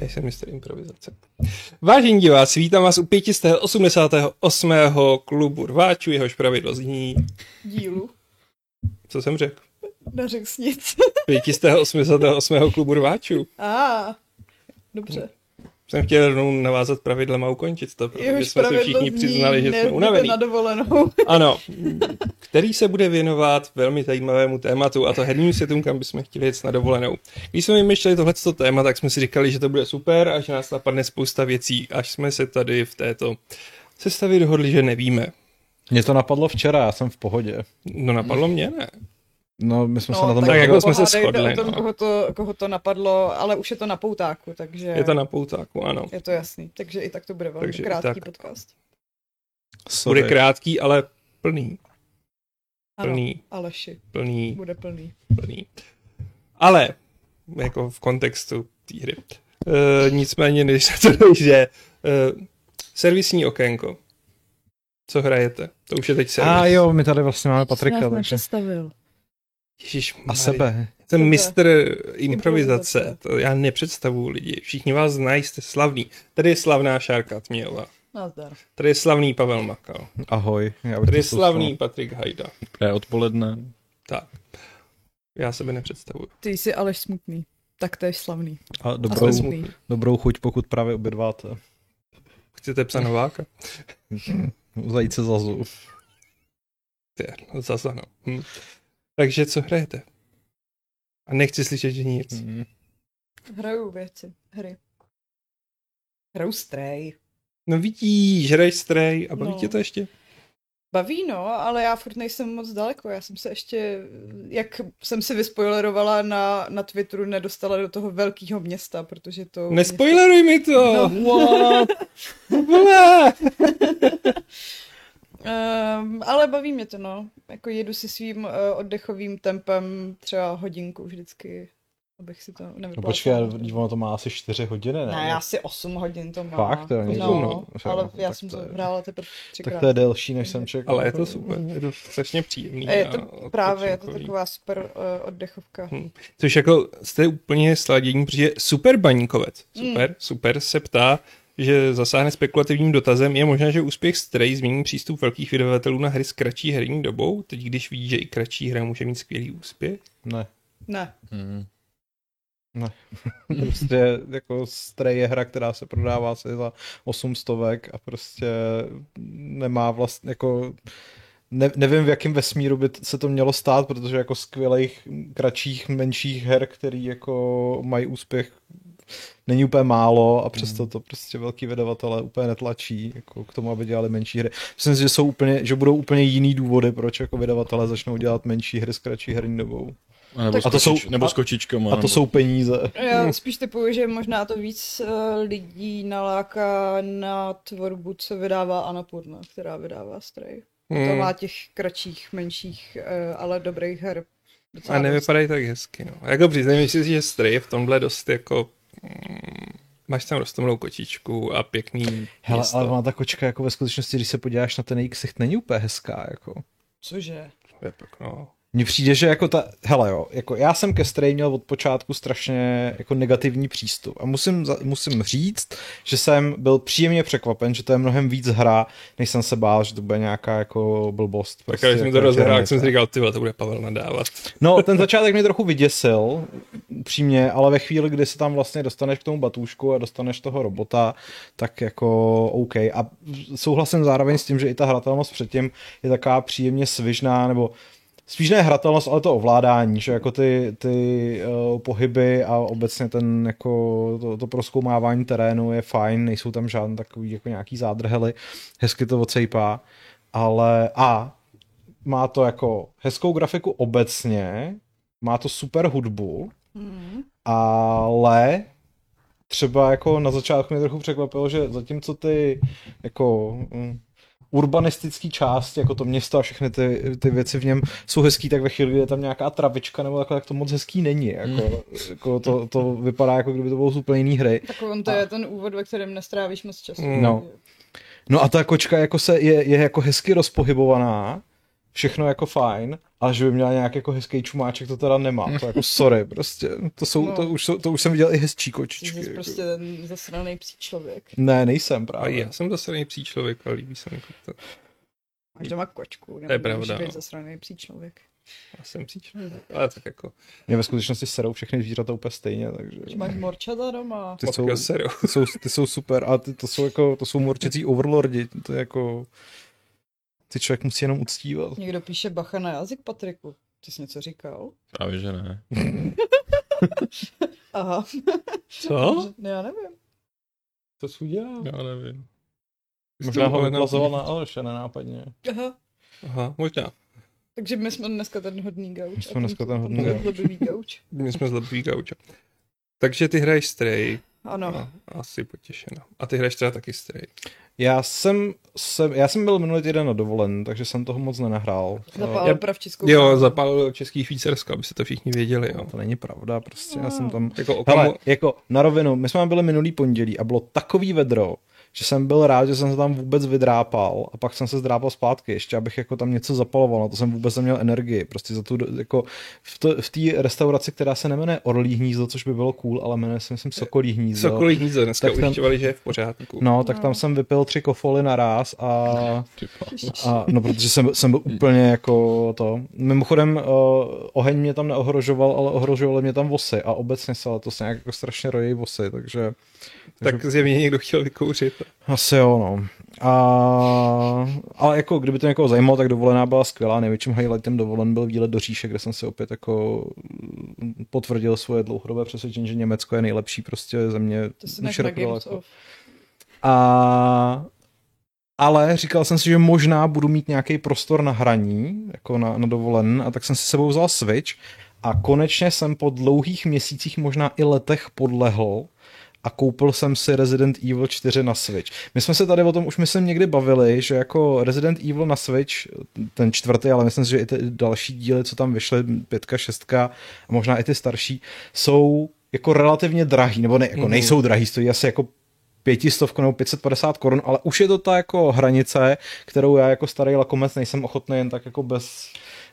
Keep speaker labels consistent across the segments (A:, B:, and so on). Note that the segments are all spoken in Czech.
A: Já jsem mistr improvizace. Vážení diváci, vítám vás u 588. klubu rváčů, jehož pravidlo zní...
B: dílu.
A: Co jsem řekl?
B: Neřekl jsi nic.
A: 588. klubu rváčů.
B: A, ah, dobře.
A: Jsem chtěl rovnou navázat pravidlem a ukončit to, protože
B: Jehož
A: jsme se
B: pravidlo
A: všichni
B: zní,
A: přiznali, že jsme
B: nejezděte
A: unavení.
B: na dovolenou.
A: Ano, který se bude věnovat velmi zajímavému tématu, a to herním světům, kam bychom chtěli jet na dovolenou. Když jsme vymýšleli tohleto téma, tak jsme si říkali, že to bude super a že nás napadne spousta věcí, až jsme se tady v této sestavě dohodli, že nevíme.
C: Mě to napadlo včera, já jsem v pohodě.
A: No napadlo mě, ne?
C: No, my jsme no, se na tom...
A: tak jako-
C: jako...
A: jsme se
B: pohádejte
A: shodli,
B: o tom,
A: no.
B: koho, to, koho to napadlo, ale už je to na poutáku, takže
A: Je to na poutáku, ano.
B: je to jasný. Takže i tak to bude velmi
A: Takže
B: takže
A: i
B: krátký
A: tak.
B: tak. podcast.
A: Bude krátký, ale plný,
B: Ano,
A: plný,
B: Aleši,
A: plný,
B: bude plný.
A: plný. Ale, jako v kontextu té hry. E, nicméně, než na to dojde, e, servisní okénko. Co hrajete? To už je teď servis.
C: A jo, my tady vlastně máme Patrika. Takže...
B: přestavil.
A: Ježíš,
C: A sebe.
A: Jsem
B: Sebe.
A: mistr improvizace.
B: Improvizace.
A: To já nepředstavuju lidi. Všichni vás znají, jste slavný. Tady je slavná Šárka Tmělová.
B: Nazdar.
A: Tady je slavný Pavel Makal.
C: Ahoj. Já bych
A: Tady je
C: to
A: slavný Patrik Hajda.
D: Dobré odpoledne.
A: Tak. Já sebe nepředstavuju.
B: Ty jsi Aleš smutný. Tak to je slavný.
C: zůstal. A
B: A
C: dobrou,
B: jsme
A: Jste
B: smutný.
A: smutný.
C: dobrou chuť, pokud právě obědváte.
A: Chcete psa Nováka?
C: Zajít se za zub.
A: Ty, no, Zaza, no. Hm. Takže co hrajete? A nechci slyšet, že nic.
C: Hmm.
B: Hraju věci, hry. Hraju strej.
A: No vidíš, hraješ strej a baví
B: No.
A: tě to ještě?
B: Baví no, ale já furt nejsem moc daleko. Já jsem se ještě, jak jsem si vyspoilerovala na, na Twitteru, nedostala do toho velkého města, protože to...
A: Nespoileruj mi to!
B: No.
A: What? Vole!
B: Um, ale baví mě to, no. Jako jedu si svým uh, oddechovým tempem třeba hodinku vždycky, abych si to
C: No
B: nevyplatila.
C: počkej, ale ono to má asi 4 hodiny, ne?
B: Ne, já si 8 hodin to mám.
C: Fakt, to je něco,
B: no,
A: no.
B: ale
C: Jo,
B: já
C: tak
B: jsem
C: to
B: to
C: je-
B: hrála teprve
C: tak
B: třikrát.
C: to je delší, než jsem čekal.
A: Ale je to super, je to strašně příjemný.
B: A Eh, je
A: a
C: No,
B: to právě, je to
A: odpočinkový.
B: taková super uh, oddechovka.
A: Což jako jste úplně sladění, protože super baníkovec,
C: Hmm.
A: super, super se ptá, že zasáhne spekulativním dotazem, je možné, že úspěch Stray změní přístup velkých vydavatelů na hry s kratší herní dobou, teď když vidí, že i kratší hra může mít skvělý úspěch.
C: Ne.
B: Ne,
D: Mm.
C: Prostě jako Stray je hra, která se prodává asi za 8 stovek a prostě nemá vlastně jako ne, nevím, v jakém vesmíru by t- se to mělo stát, protože jako skvělých, kratších, menších her, který jako mají úspěch, není úplně málo a přesto to prostě velký vydavatele úplně netlačí jako k tomu, aby dělali menší hry. Myslím si, že, jsou úplně, že budou úplně jiný důvody, proč jako vydavatele začnou dělat menší hry s kratší herní dobou.
D: A nebo,
B: Tak-
D: tak,
C: A to jsou-
D: nebo
C: a-
D: s kočičkama.
C: A to
D: nebo...
C: jsou peníze.
A: Hmm.
B: já spíš typuju, že možná to víc eh, lidí naláká na tvorbu, co vydává Anapurna, která vydává Stray.
A: Hmm.
B: To má těch kratších, menších, eh, ale dobrých her. docela
A: A nevypadají tak hezky, no. Jako přiznám, myslím si, že Stray je v tomhle dost jako... mm, Máš tam rostomlou kočičku a pěkný
C: Hele,
A: město.
C: ale ona ta kočka jako ve skutečnosti, když se podíváš na ten její ksicht, není úplně hezká, jako.
B: Cože?
A: To je pak, no.
C: Mně přijde, že jako ta, hele jo, jako já jsem ke Stray měl od počátku strašně jako negativní přístup a musím, za- musím říct, že jsem byl příjemně překvapen, že to je mnohem víc hra, než jsem se bál, že to bude nějaká jako blbost.
A: Tak když jsem
C: jako
A: to rozehrál, jak
C: eternita.
A: jsem si říkal, ty vole, to bude Pavel nadávat.
C: No, ten začátek mě trochu vyděsil, přímě, ale ve chvíli, kdy se tam vlastně dostaneš k tomu batůšku a dostaneš toho robota, tak jako OK. A souhlasím zároveň s tím, že i ta hratelnost předtím je taková příjemně svižná, nebo spíš ne hratelnost, ale to ovládání, že jako ty, ty uh, pohyby a obecně ten jako to, to proskoumávání terénu je fajn, nejsou tam žádné takový jako nějaký zádrhely, hezky to ocejpá, ale a má to jako hezkou grafiku obecně, má to super hudbu,
B: Mm.
C: ale třeba jako na začátku mě trochu překvapilo, že zatímco ty jako mm, urbanistický části, jako to město a všechny ty, ty věci v něm jsou hezký, tak ve chvíli, kdy je tam nějaká travička nebo takhle, tak to moc hezký není. Jako, jako to, to vypadá, jako kdyby to bylo z úplně jiný hry.
B: Tak on to
C: A-
B: je ten úvod, ve kterém nestrávíš moc času.
A: Mm.
C: No. No a ta kočka jako se je, je jako hezky rozpohybovaná, všechno jako fajn, ale že by měla nějak jako hezký čumáček, to teda nemá. To jako sorry, prostě. To, jsou,
B: No.
C: to, už, jsou, to už jsem viděl i hezčí kočičky.
B: Jsi
C: Jako.
B: prostě ten zasraný psí člověk.
C: Ne, nejsem
A: A
C: právě.
A: já jsem zase psí člověk, ale líbí se mi to.
B: Máš doma kočku,
A: je
B: nebo můžeš
A: pravda,
B: být
A: no.
B: zasraný psí člověk.
A: Já jsem psí člověk, ale tak jako.
C: Mě ve skutečnosti serou všechny zvířata úplně stejně, takže...
B: Že máš morčata doma.
C: Ty jsou,
A: Jsou... Seru.
C: ty jsou, ty jsou super, a ty, to jsou jako, to jsou morčecí overlordi, to je jako... Ty člověk musí jenom uctívat.
B: Někdo píše bacha na jazyk, Patriku. Ty jsi něco říkal?
D: Právě, že ne.
B: Aha,
A: Co?
B: že- já nevím.
A: To jsi
B: Hmm.
A: udělal?
D: Já nevím.
C: Možná ho vyplazoval na Aleše nenápadně.
B: Aha.
A: Aha, možná.
B: Takže my jsme dneska ten hodný gauč.
C: jsme dneska ten hodný gauč.
B: gauč. gauč.
A: My jsme zlobí gauča. Takže ty hraješ Stray.
B: Ano.
C: No.
A: A, asi potěšena. A ty hraješ teda taky Stray.
C: Já jsem, jsem, já jsem byl minulý týden na dovolen, takže jsem toho moc nenahrál.
B: Zapál
A: Já-
B: pravčickou.
A: Jo,
B: kávu.
A: zapálil český Švýcarsko, aby se to všichni věděli,
C: No,
A: jo.
C: to není pravda, prostě já
B: No.
C: jsem tam...
A: Jako okamu...
C: Hele, jako na rovinu, my jsme tam byli minulý pondělí a bylo takový vedro, že jsem byl rád, že jsem se tam vůbec vydrápal a pak jsem se zdrápal zpátky, ještě abych jako tam něco zapaloval, na to jsem vůbec neměl energii, prostě za tu, do- jako v to- v té restauraci, která se nemenuje Orlí hnízdo, což by bylo cool, ale jmenuje se myslím Sokolí hnízdo.
A: Cokoliv hnízdo, dneska
C: Tak tam-
A: ujišťovali, že je v pořádku.
C: No, tak
B: No.
C: tam jsem vypil tři kofoly naraz a
D: Ty vole.
C: A, no, protože jsem, jsem byl úplně jako to. Mimochodem, uh, oheň mě tam neohrožoval, ale ohrožovaly mě tam vosy a obecně se letos nějak jako strašně rojí vosy, takže
A: Tak zjevně někdo chtěl vykouřit.
C: asi jo, no. A, ale jako, kdyby to někoho zajímalo, tak dovolená byla skvělá. Největším highlightem dovolen byl výlet do Říše, kde jsem se opět jako mm, potvrdil svoje dlouhodobé přesvědčení, že Německo je nejlepší prostě země.
B: To si nech na
C: široko
B: Games
C: daleko.
B: of.
C: A, ale říkal jsem si, že možná budu mít nějaký prostor na hraní, jako na, na dovolen, a tak jsem si sebou vzal Switch a konečně jsem po dlouhých měsících, možná i letech podlehl a koupil jsem si Resident Evil 4 na Switch. My jsme se tady o tom už myslím někdy bavili, že jako Resident Evil na Switch, ten čtvrtý, ale myslím si, že i ty další díly, co tam vyšly, pětka, šestka a možná i ty starší, jsou jako relativně drahý, nebo ne, jako
A: Mhm.
C: nejsou drahý, stojí asi jako pětistovku nebo 550 korun, ale už je to ta jako hranice, kterou já jako starý lakomec nejsem ochotný jen tak jako bez,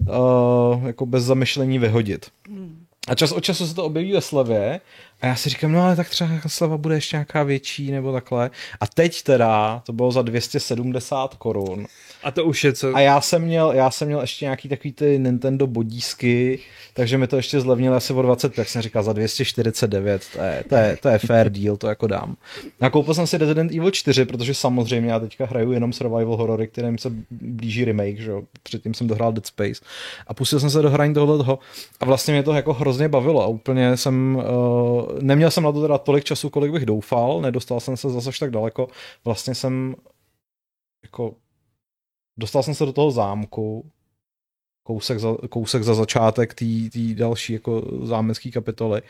C: uh, jako bez zamyšlení vyhodit.
B: Hmm.
C: A čas od času se to objeví ve slevě a já si říkám, no ale tak třeba sleva bude ještě nějaká větší nebo takhle. A teď teda to bylo za 270 korun.
A: A to už je co...
C: A já jsem měl, já jsem měl ještě nějaký takový ty Nintendo bodísky, takže mi to ještě zlevnilo asi o 20, tak jsem říkal za 249, to je, to je, to je fair deal, to jako dám. A koupil jsem si Resident Evil 4, protože samozřejmě já teďka hraju jenom survival horory, kterým se blíží remake, že jo, předtím jsem dohrál Dead Space a pustil jsem se do hraní tohoto a vlastně mě to jako hrozně bavilo a úplně jsem, uh, neměl jsem na to teda tolik času, kolik bych doufal, nedostal jsem se zase až tak daleko, vlastně jsem jako dostal jsem se do toho zámku, kousek za, kousek za začátek té další jako zámecké kapitoly,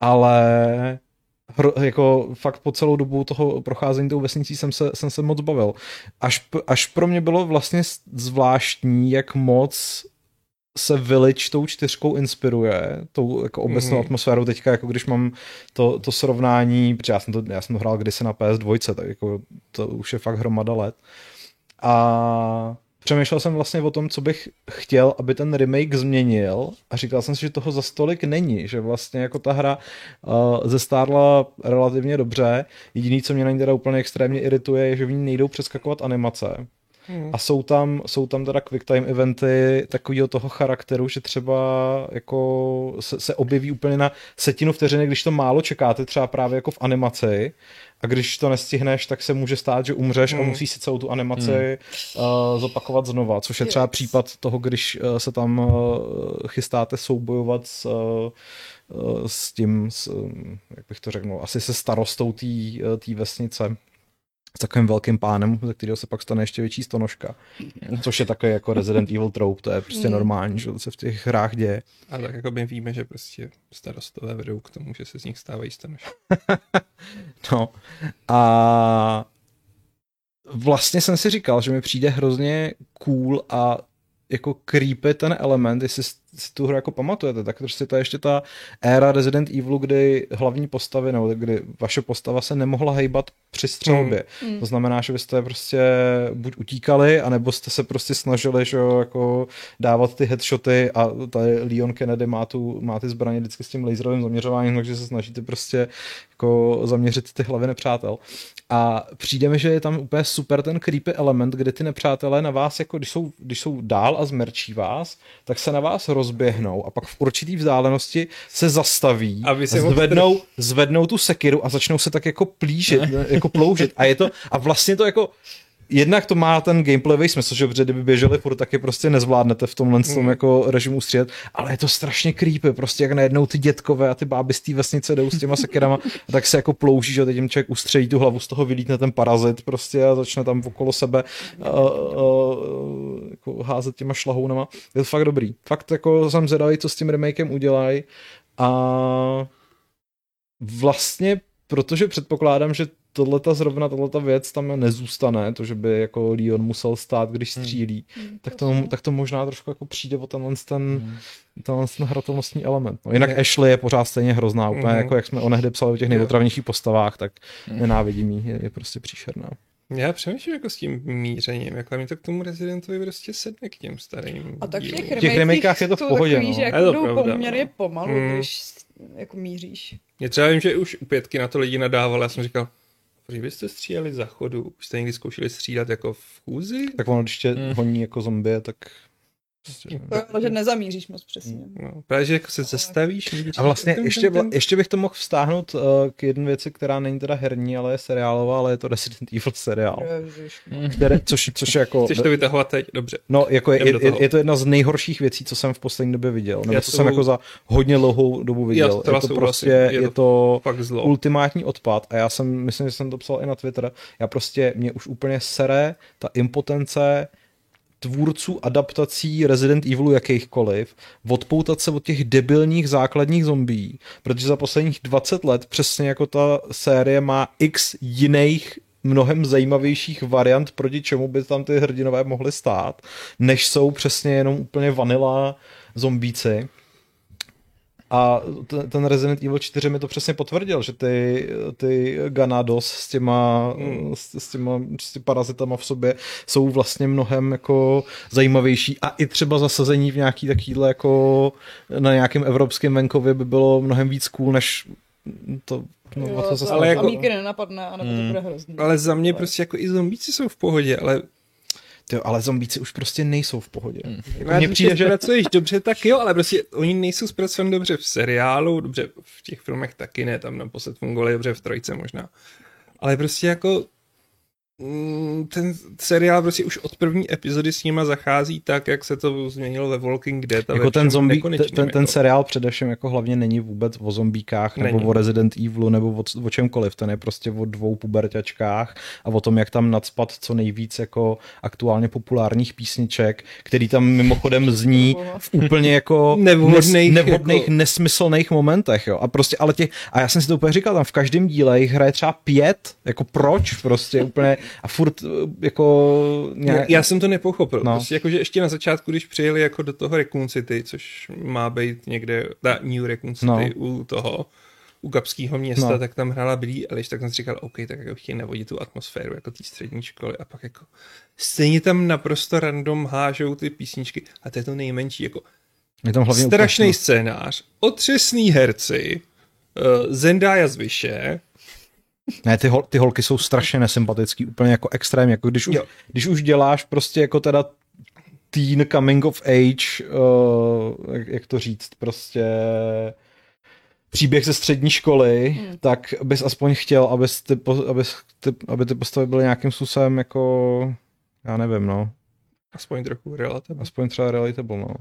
C: ale hro, jako fakt po celou dobu toho procházení tou vesnicí jsem se, jsem se moc bavil. Až, p- až pro mě bylo vlastně s- zvláštní, jak moc se Village tou čtyřkou inspiruje, tou jako obecnou
A: Mhm.
C: mm-hmm. atmosférou teďka, jako když mám to, to srovnání, protože já jsem to, já jsem to hrál kdysi na PS2, tak jako to už je fakt hromada let. A přemýšlel jsem vlastně o tom, co bych chtěl, aby ten remake změnil a říkal jsem si, že toho za stolik není, že vlastně jako ta hra uh, zestárla relativně dobře. Jediný, co mě na ní teda úplně extrémně irituje, je, že v ní nejdou přeskakovat animace.
A: Hmm.
C: A jsou tam, jsou tam teda quick time eventy takového toho charakteru, že třeba jako se, se objeví úplně na setinu vteřiny, když to málo čekáte, třeba právě jako v animaci. A když to nestihneš, tak se může stát, že umřeš a
A: Mhm.
C: musíš si celou tu animaci uh, zopakovat znova, což je
B: Yes.
C: třeba případ toho, když uh, se tam uh, chystáte soubojovat s, uh, uh, s tím, s, um, jak bych to řekl, asi se starostou té vesnice s takovým velkým pánem, ze kterého se pak stane ještě větší stonožka. Což je takový jako Resident Evil trope, to je prostě
B: Mm.
C: normální, že to se v těch hrách děje.
A: A tak jako my víme, že prostě starostové vedou k tomu, že se z nich stávají stanoši.
C: No. A vlastně jsem si říkal, že mi přijde hrozně cool a jako creepy ten element, jestli s- si tu hru jako pamatujete, tak prostě ta ještě ta éra Resident Evilu, kdy hlavní postavy, nebo kdy vaše postava se nemohla hejbat při střelbě. Mm. To znamená, že vy jste prostě buď utíkali, anebo jste se prostě snažili že jo, jako dávat ty headshoty a tady Leon Kennedy má, tu, má ty zbraně vždycky s tím laserovým zaměřováním, takže se snažíte prostě jako zaměřit ty hlavy nepřátel. A přijde mi, že je tam úplně super ten creepy element, kde ty nepřátelé na vás, jako když jsou, když jsou dál a zmerčí vás, tak se na vás rozběhnou a pak v určitý vzdálenosti se zastaví
A: A
C: a,
A: vy si ho-
C: zvednou, zvednou tu sekiru a začnou se tak jako plížit, jako ploužit. A je to, a vlastně to jako Jednak to má ten gameplayový smysl, že protože kdyby běželi furt, tak je prostě nezvládnete v tomhle tom jako režimu střílet, ale je to strašně creepy, prostě jak najednou ty dětkové a ty báby z té vesnice jdou s těma sekerama, a tak se jako plouží, že teď jim člověk ustřelí tu hlavu, z toho vylítne ten parazit prostě a začne tam okolo sebe uh, uh, jako házet těma šlahounama. Je to fakt dobrý. Fakt jako jsem zvedavý, co s tím remakem udělají a vlastně, protože předpokládám, že tohleta zrovna, tahleta věc tam nezůstane, to, že by jako Leon musel stát, když střílí, tak, to, tak to možná trošku jako přijde o tenhle ten, tenhle ten hratelnostní element. No, jinak Ashley Hmm. je pořád stejně hrozná, úplně
A: Mhm.
C: jako jak jsme onehdy psali o těch nejotravnějších postavách, tak nenávidím jí, je, je prostě příšerná.
A: Já přemýšlím jako s tím mířením, jako a mě to k tomu Residentovi prostě sedne k těm starým
B: A tak v
A: dílům.
B: těch,
C: V těch remakech je to v
B: jsou
C: pohodě,
B: Takový,
C: no.
B: že
A: Je to
B: jako jdou
A: pravda,
B: poměrně
A: no.
B: pomalu,
A: Mm.
B: když s- jako míříš.
C: Mm.
A: Mě třeba vím, že už u pětky na to lidi nadávali, já jsem říkal, proč byste stříleli za chodu? Už jste někdy zkoušeli střídat jako v chůzi?
C: Tak ono, když tě honí jako zombie, tak prostě,
B: To je, ale že nezamíříš moc přesně.
C: Mm.
A: No, právě, že jako se zastavíš. vidíš-
C: A vlastně
A: ten-
C: ještě,
A: ten-
C: vla-
A: ten-
C: ještě bych to mohl vztáhnout uh, k jedné věci, která není teda herní, ale je seriálová, ale je to Resident Evil seriál.
B: Ježiš.
A: Mhm.
C: Které, což, což je jako...
A: Chceš to vytahovat teď? Dobře.
C: No, jako
A: Jdem
C: je,
A: do
C: je,
A: toho.
C: je, to jedna z nejhorších věcí, co jsem v poslední době viděl. Nebo
A: Já
C: co
A: s
C: jsem
A: tebou-
C: jako za hodně dlouhou dobu
A: Já
C: viděl.
A: s tebou
C: je to
A: souhlasím.
C: prostě,
A: Je
C: je,
A: to
C: je to
A: Fakt zlo.
C: ultimátní odpad a já jsem, myslím, že jsem to psal i na Twitter, já prostě, mě už úplně sere ta impotence tvůrců adaptací Resident Evilu jakýchkoliv, odpoutat se od těch debilních základních zombí, protože za posledních 20 let, přesně jako ta série má x jiných mnohem zajímavějších variant, proti čemu by tam ty hrdinové mohly stát, než jsou přesně jenom úplně vanila zombíci. A ten, ten Resident Evil 4 mi to přesně potvrdil, že ty, ty Ganados s těma, s, s těma s těma parazitama v sobě jsou vlastně mnohem jako zajímavější a i třeba zasazení v nějaký takovýhle jako na nějakém evropském venkově by bylo mnohem víc cool, než to no,
B: Jo,
C: to
B: to,
C: zase-
A: ale
B: ale
A: jako-
B: jako... Amíky nenapadne, anebo
C: Mm.
B: to bude hrozný.
A: Ale za mě prostě jako i zombíci jsou v pohodě, ale
C: Ty, jo, ale zombíci už prostě nejsou v pohodě. Jako
A: Mně
C: Mně přijde, že
A: pracuješ dobře, tak jo, ale prostě oni nejsou zpracovaní dobře v seriálu, dobře v těch filmech taky ne, tam naposled fungovali dobře v trojce možná. Ale prostě jako mm, ten seriál prostě už od první epizody s nima zachází tak, jak se to změnilo ve Walking Dead. a ve
C: jako ten,
A: všem
C: zombie,
A: nekonečném,
C: ten, ten
A: jako.
C: seriál především jako hlavně není vůbec o zombíkách nebo
A: Není.
C: o Resident Evilu nebo o, o čemkoliv, ten je prostě o dvou puberťačkách a o tom, jak tam nadspat co nejvíc jako aktuálně populárních písniček, který tam mimochodem zní v úplně jako
A: Nevhodných,
C: nes, nevhodných
A: jako-
C: nesmyslných momentech, jo. A prostě, ale těch, a já jsem si to úplně říkal, tam v každém díle jich hraje třeba pět, jako proč prostě úplně a furt eh, jako
A: No,
C: nějak,
A: Já jsem to nepochopil. No.
C: No.
A: Prostě jakože ještě na začátku, když přijeli jako do toho Raccoon City, což má být někde, ta New Raccoon City
C: No.
A: u toho, u Kapského města, no.
C: No.
A: tak tam hrála Billie Eilish, tak jsem si říkal, OK, tak jako chtějí navodit tu atmosféru jako té střední školy a pak jako stejně tam naprosto random hážou ty písničky a to je to nejmenší, jako
C: je tam hlavně úplně-
A: strašný scénář, otřesný herci, eh, Zendaya z Vyše,
C: Ne, ty, hol, ty holky jsou strašně nesympatický, úplně jako extrém, jako když už,
A: Jo.
C: když už děláš prostě jako teda teen coming of age, uh, jak, jak to říct, prostě příběh ze střední školy, hmm. tak bys aspoň chtěl, aby ty, po- abys ty, aby ty postavy byly nějakým způsobem jako, já nevím, no,
A: aspoň trochu relativně.
C: aspoň třeba relatable, no.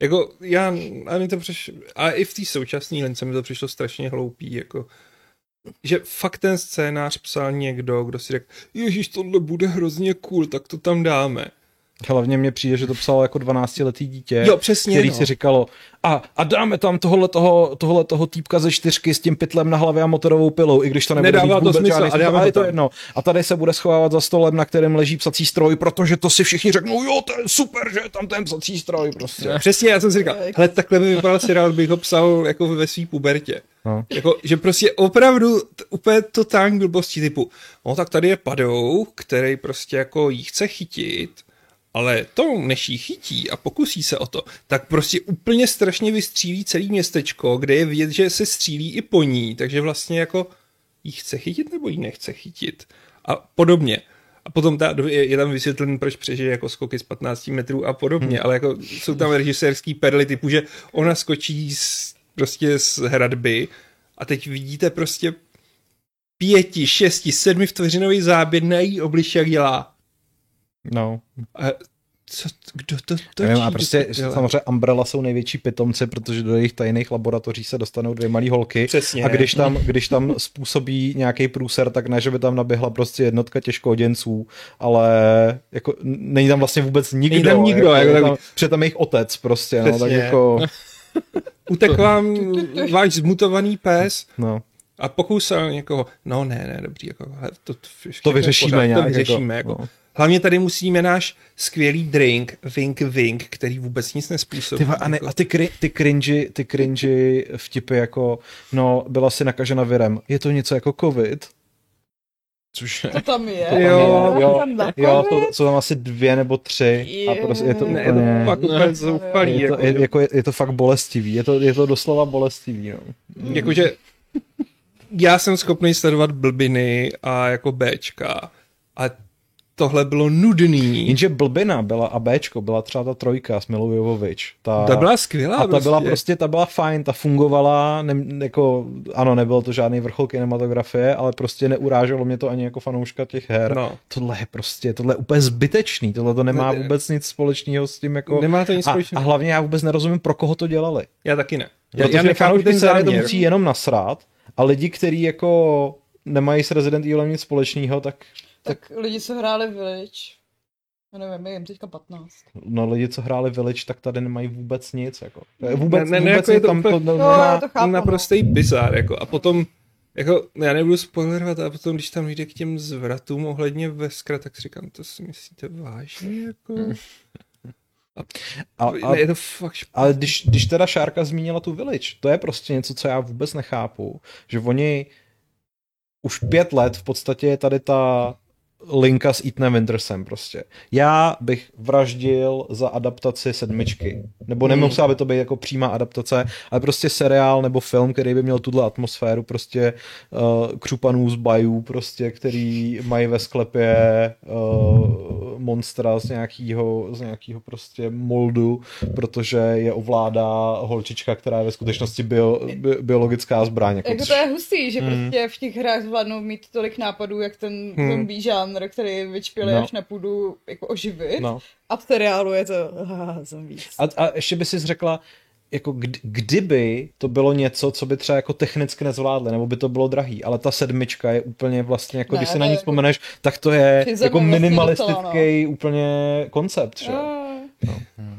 A: Jako já, a mi to přišlo, a i v té současné lince mi to přišlo strašně hloupý, jako že fakt ten scénář psal někdo, kdo si řekl, ježíš, tohle bude hrozně cool, tak to tam dáme.
C: Hlavně mně přijde, že to psalo jako 12-letý dítě,
A: Jo, přesně,
C: který
A: no.
C: si říkalo, a, a dáme tam tohle toho, tohle toho týpka ze čtyřky s tím pytlem na hlavě a motorovou pilou, i když to nebude
A: Nedává
C: mít
A: to
C: vůbec
A: smysl
C: žádný
A: a dáme
C: ale
A: to
C: je to
A: tam.
C: jedno. A tady se bude schovávat za stolem, na kterém leží psací stroj, protože to si všichni řeknou, jo, to je super, že je tam ten psací stroj prostě.
A: Přesně, já jsem si říkal, hele, takhle by vypadal seriál, bych ho psal jako ve svý pubertě.
C: No.
A: Jako, že prostě opravdu t- úplně totální blbosti typu, no tak tady je padou, který prostě jako jí chce chytit, ale to, než jí chytí a pokusí se o to, tak prostě úplně strašně vystřílí celý městečko, kde je vidět, že se střílí i po ní, takže vlastně jako jí chce chytit nebo jí nechce chytit a podobně. A potom ta, je, je tam vysvětlen, proč přežije jako skoky z 15 metrů a podobně, hmm. ale jako jsou tam režisérský perly typu, že ona skočí z, prostě z hradby a teď vidíte prostě pěti, šesti, sedmi vteřinový záběr na její obličej, jak dělá.
C: No.
A: A co, kdo to točí?
C: Nevím, a
A: do
C: prostě
A: prdele?
C: samozřejmě Umbrella jsou největší pitomci, protože do jejich tajných laboratoří se dostanou dvě malé holky.
A: Přesně.
C: A když tam, když tam způsobí nějaký průser, tak ne, že by tam naběhla prostě jednotka těžkoděnců, ale jako n- není tam vlastně vůbec nikdo.
A: tam nikdo,
C: Jako,
A: jako
C: je
A: tak-
C: tam, protože tam jejich otec prostě, no, tak
A: Přesně.
C: jako,
A: Utek vám váš zmutovaný pes
C: no.
A: a pokousal někoho. No ne, ne, dobrý, jako, hele, to, to, všechno
C: To
A: je v
C: vyřešíme
A: pořádku,
C: nějak,
A: To vyřešíme,
C: jako,
A: jako,
C: no.
A: jako. Hlavně tady musíme náš skvělý drink, Wink Wink, který vůbec nic nespůsobí.
C: Ty, va- a, ne,
A: jako.
C: a ty, kri, ty, cringy, ty cringy vtipy jako, no, byla si nakažena virem. Je to něco jako covid? Což
B: To tam je.
A: Jo,
B: To
C: jo,
B: tam na
C: Jo,
B: covid.
C: to jsou tam asi dvě nebo tři a prostě je to
B: Je.
A: ne,
C: úplně...
A: je to fakt úplně zoufalý.
C: je to,
A: Jako,
C: je, jako je, je to fakt bolestivý, je to, je to doslova bolestivý, no.
A: jakože jako, já jsem schopný sledovat blbiny a jako Bčka a tohle bylo nudný.
C: Jenže blbina byla a Bčko, byla třeba ta trojka s Milou Jovovič. Ta,
A: Ta byla skvělá
C: a ta
A: prostě.
C: byla prostě, ta byla fajn, ta fungovala, ne, jako, ano, nebyl to žádný vrchol kinematografie, ale prostě neuráželo mě to ani jako fanouška těch her.
A: No.
C: Tohle je prostě, tohle je úplně zbytečný, tohle to nemá
A: Ne-
C: vůbec nic společného s tím, jako...
A: Nemá to nic
C: a, a
A: společného.
C: hlavně já vůbec nerozumím, pro koho to dělali.
A: Já taky ne. Já,
C: Protože
A: já nechápu ten
C: série to
A: záměr.
C: musí jenom nasrát a lidi, kteří jako nemají s Resident Evilem nic společného, tak
B: Tak lidi, co hráli Village, já nevím, je jim teďka 15.
C: no lidi, co hráli Village, tak tady nemají vůbec nic. Jako. Vůbec,
A: Ne, ne, ne,
C: vůbec
A: jako je
C: jim
A: to
C: tam
A: úplně-
C: to,
B: No, já
C: nemá...
B: to chápu.
A: naprostý bizár, jako. A potom, jako, já nebudu spoilerovat, a potom, když tam jde k těm zvratům ohledně Veskra, tak si říkám, to si myslíte vážně, jako?
C: Mm. a, a,
A: ne, je to fakt špatný.
C: ale když, když teda Šárka zmínila tu Village, to je prostě něco, co já vůbec nechápu, že oni už pět let v podstatě je tady ta linka s Ethanem Wintersem prostě. Já bych vraždil za adaptaci sedmičky. Nebo
B: Hmm.
C: nemusela by to být jako přímá adaptace, ale prostě seriál nebo film, který by měl tuhle atmosféru prostě uh, křupanů z bajů, prostě, který mají ve sklepě uh, monstra z nějakého z nějakýho prostě moldu, protože je ovládá holčička, která je ve skutečnosti bio, bi, biologická zbraň. Jako
B: Jako
C: což-
B: to je hustý, že prostě v těch hrách zvládnou mít tolik nápadů, jak ten
A: Hmm.
B: zombie žánr, který vyčpěli
C: No.
B: až na půdu jako oživit.
C: no.
B: A v seriálu je to ah, zombie.
C: A, a ještě by si řekla, jako kdy, kdyby to bylo něco, co by třeba jako technicky nezvládli, nebo by to bylo drahý, ale ta sedmička je úplně vlastně, jako
B: Ne,
C: když si
B: to
C: na
B: je
C: ní
B: jako-
C: vzpomeneš, tak to je
B: Při zemi
C: jako
B: vlastně
C: minimalistický
B: docela,
C: úplně koncept, že?
B: Ah.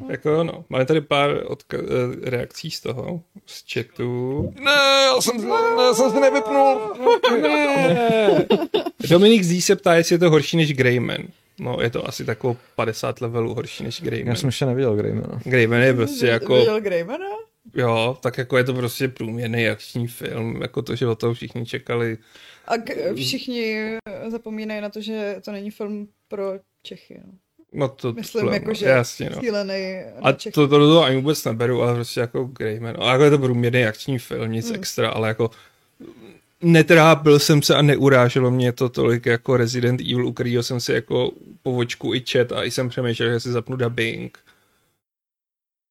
A: Jako jo, no. Máme tady pár odka- eh, reakcí z toho, z chatu. Ne, já jsem, ne, jsem se nevypnul. Ne. Dominik Z se ptá, jestli je to horší než Greyman. No, je to asi takovou 50 levelů horší než
C: Já
A: Greyman.
C: jsem ještě neviděl Greymana.
A: Greyman je prostě jako...
B: Viděl Greymana?
A: Jo, tak jako je to prostě průměrný akční film, jako to, že o toho všichni čekali.
B: A
C: Hmm.
B: k- všichni zapomínají na to, že to není film pro Čechy. No.
A: No to,
B: Myslím,
A: to,
B: jako,
A: no,
B: že
A: jasně, no.
B: Cílený na
A: A to,
B: Čechy.
A: to, do toho ani vůbec neberu, ale prostě jako Greyman. A jako je to průměrný akční film,
B: Hmm.
A: nic extra, ale jako netrápil jsem se a neuráželo mě to tolik jako Resident Evil, u kterého jsem si jako povočku i čet a i jsem přemýšlel, že si zapnu dubbing.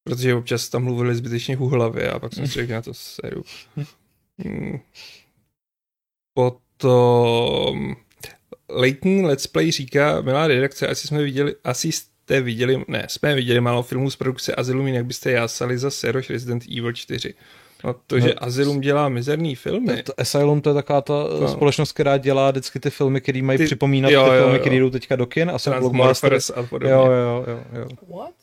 A: Protože občas tam mluvili zbytečně v hlavě a pak jsem si řekl, že na to seru. Hmm. Potom Leighton Let's Play říká, milá redakce, asi jsme viděli, asi jste viděli, ne, jsme viděli málo filmů z produkce Asylum, jinak byste jásali za Seroš Resident Evil 4. No to, že Asylum dělá mizerný filmy.
C: To Asylum to je taková ta no. společnost, která dělá vždycky ty filmy, které mají ty,
A: Ty-
C: připomínat
A: jo,
C: ty
A: jo,
C: filmy,
A: jo.
C: které jdou teďka do kin a jsou blockbusters.
A: Transmorphers a podobně.
C: Jo, jo, jo, jo.
B: What?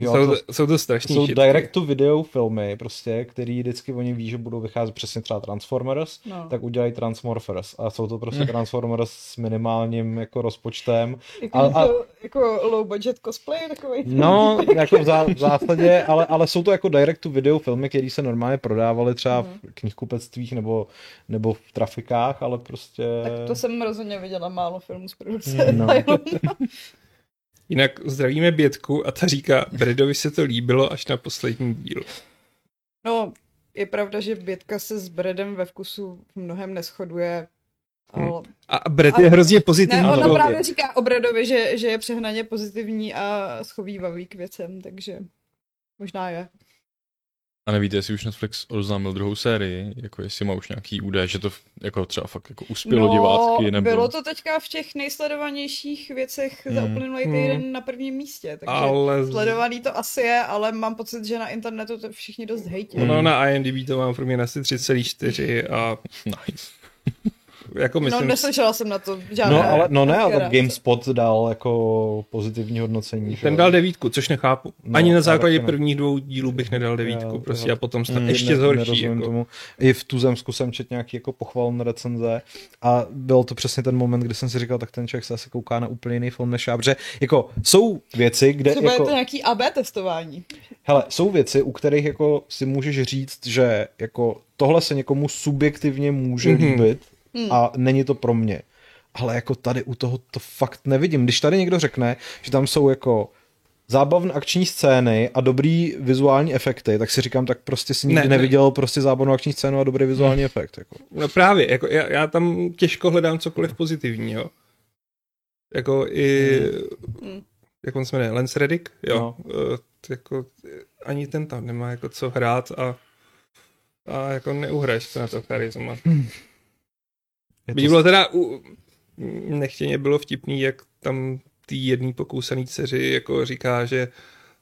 C: jo
A: jsou,
C: to,
A: to, jsou to strašný
C: jsou
A: shitky.
C: direct to video filmy, prostě, který vždycky oni ví, že budou vycházet přesně třeba Transformers,
B: No.
C: tak udělají Transmorphers a jsou to prostě Transformers s minimálním jako rozpočtem.
B: Jako,
C: a- a-
B: jako- jako low budget cosplay takový.
C: No, jako v, zá, v zásadě, ale, ale jsou to jako direct to video filmy, které se normálně prodávaly třeba v
B: Mhm.
C: knihkupectvích nebo, nebo v trafikách, ale prostě...
B: Tak to jsem rozhodně viděla málo filmů z produkce.
C: No.
B: No.
A: Jinak zdravíme Bětku a ta říká, Bredovi se to líbilo až na poslední díl.
B: no, je pravda, že Bětka se s Bredem ve vkusu v mnohem neschoduje.
C: Hm.
A: Hmm.
B: Ale...
A: A Bred
B: Ale-
A: je hrozně pozitivní.
B: Ne, ona
A: člověk.
B: právě říká o Bredovi, že, že je přehnaně pozitivní a schovývavý k věcem, takže možná je.
D: A nevíte, jestli už Netflix oznámil druhou sérii, jako jestli má už nějaký údaj, že to v- jako třeba fakt jako uspělo divácky, nebo...
B: No, bylo to teďka v těch nejsledovanějších věcech za
C: Hm,
D: Hmm.
B: uplynulý
A: Hmm.
B: týden na prvním místě, takže
A: Ale z-
B: sledovaný to asi je, ale mám pocit, že na internetu to všichni dost hejtí.
C: No,
D: Hmm.
A: ono na IMDb to mám pro mě na asi 3,4 a
D: Nice.
A: jako
B: No,
A: myslím, si-
B: neslyšela jsem na to žádné.
C: No, ale, no ne, ale tak
B: reakce.
C: GameSpot dal jako pozitivní hodnocení. že
A: ten
C: jo.
A: dal devítku, což nechápu.
C: No,
A: Ani
C: já
A: na
C: taky
A: základě
C: ne.
A: prvních dvou dílů bych nedal devítku,
C: Já-
A: prostě
C: já-
A: a potom snad
D: Mm.
A: ještě
C: Hmm, Ne-
A: zhorší.
C: nerozumím
A: Jako.
C: Tomu. I v Tuzemsku jsem četl nějaký jako pochval na recenze a byl to přesně ten moment, kdy jsem si říkal, tak ten člověk se asi kouká na úplně jiný film než já, protože jako jsou věci, kde
B: Třeba
C: jako...
B: je to nějaký AB testování.
C: Hele, jsou věci, u kterých jako si můžeš říct, že jako tohle se někomu subjektivně může
A: Mhm.
C: mm-hmm. líbit
B: Mm.
C: a není to pro mě. Ale jako tady u toho to fakt nevidím. Když tady někdo řekne, že tam jsou jako zábavné akční scény a dobrý vizuální efekty, tak si říkám, tak prostě si nikdy
A: Ne,
C: ne,
A: ne.
C: neviděl prostě zábavnou akční scénu a dobrý vizuální efekt. Jako.
A: No právě, jako já, já tam těžko hledám cokoliv pozitivního. Jako i,
B: Hmm.
A: jak on se jmenuje, Lance Reddick, jo.
C: No.
A: No. jako, eh, ani ten tam nemá jako co hrát a, a jako neuhraješ se na to charisma.
C: Je
A: By
C: to,
A: bylo teda, u, nechtěně bylo vtipný, jak tam tý jedný pokousaný dceři jako říká, že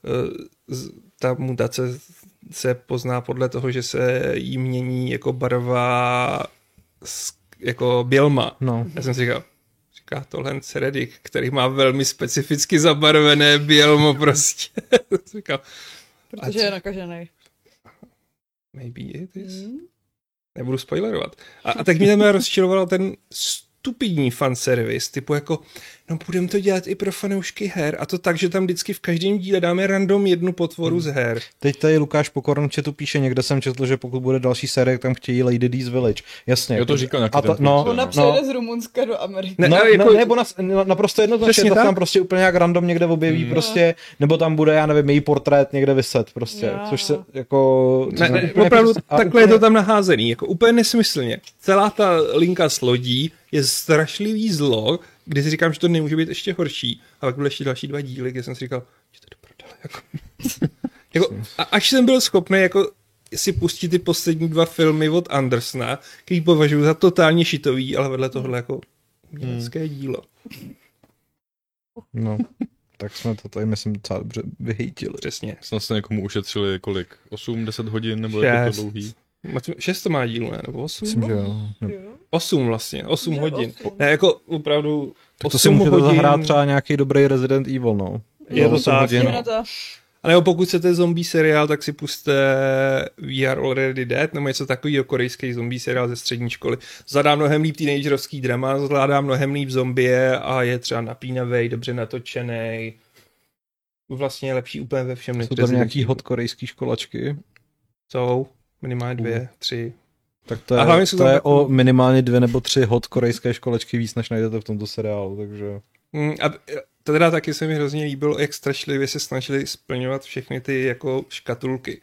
A: eh, z- ta mutace se pozná podle toho, že se jí mění jako barva s- jako bělma.
C: no.
A: Já jsem si říkal, říká to Lance Reddick, který má velmi specificky zabarvené bělmo prostě. Jsem si říkal,
B: Protože
A: a co-
B: je nakažený. Hm?
A: maybe it is. Nebudu spoilerovat. A, a tak mě tam rozčiloval ten stupidní fanservice, typu jako, no budeme to dělat i pro fanoušky her, a to tak, že tam vždycky v každém díle dáme random jednu potvoru z her.
C: Teď tady Lukáš Pokorn v chatu píše, někde jsem četl, že pokud bude další série, tak tam chtějí Lady D's Village. Jasně.
D: Jo, to
C: jako-
D: říkal nějaký
C: a ta,
D: ten
C: no,
D: tvůrce,
B: Ona
D: no.
B: přijede z Rumunska do Ameriky.
A: Ne,
C: no,
A: ale jako-
C: ne, nebo na, na- naprosto jednoznačně,
A: Přesně
C: to
A: tak.
C: tam prostě úplně nějak random někde objeví
D: Hmm.
C: prostě, nebo tam bude, já nevím, její portrét někde vyset prostě,
B: Jo.
C: což se jako...
A: Ne,
C: to je
A: ne,
C: úplně
A: opravdu
C: přes- a
A: takhle je to
C: úplně-
A: tam naházený, jako úplně nesmyslně. Celá ta linka s lodí je strašlivý zlo, kdy si říkám, že to nemůže být ještě horší. A pak byly ještě další dva díly, kde jsem si říkal, že to je do prdele, jako. jako, a až jsem byl schopný jako si pustit ty poslední dva filmy od Andersna, který považuji za totálně šitový, ale vedle tohle jako
C: Hmm.
A: německé dílo.
C: No, tak jsme to tady, myslím, docela dobře vyhejtili.
A: Přesně.
D: Snad se někomu ušetřili kolik? 8-10 hodin, nebo jak je
A: Šest.
D: to dlouhý?
A: Moc- Šest to má dílů, ne? Nebo osm?
C: Myslím, že jo. No.
B: Jo.
A: Osm vlastně, osm
B: Jo,
A: hodin.
B: osm.
A: Ne, jako opravdu
C: Tak to si
A: osm
C: můžete
A: hodin.
C: zahrát třeba nějaký dobrý Resident Evil, no.
A: Je to
C: osm
A: tak.
C: hodin.
A: Jenom.
B: Jenom. Ta...
A: A nebo pokud chcete zombie seriál, tak si puste VR Already Dead, nebo něco takového korejský zombie seriál ze střední školy. Zadá mnohem líp teenagerovský drama, zvládá mnohem líp zombie a je třeba napínavej, dobře natočený. Vlastně je lepší úplně ve všem. než
C: Jsou tam
A: Resident
C: nějaký
A: Evil.
C: hot korejský školačky.
A: Jsou minimálně
C: Mhm.
A: dvě, tři.
C: Tak to
A: A hlavně
C: je,
A: jsou
C: to
A: tam jako-
C: je
A: takový-
C: o minimálně dvě nebo tři hot korejské školečky víc, než najdete v tomto seriálu, takže...
A: Mm, A to teda taky se mi hrozně líbilo, jak strašlivě se snažili splňovat všechny ty jako škatulky.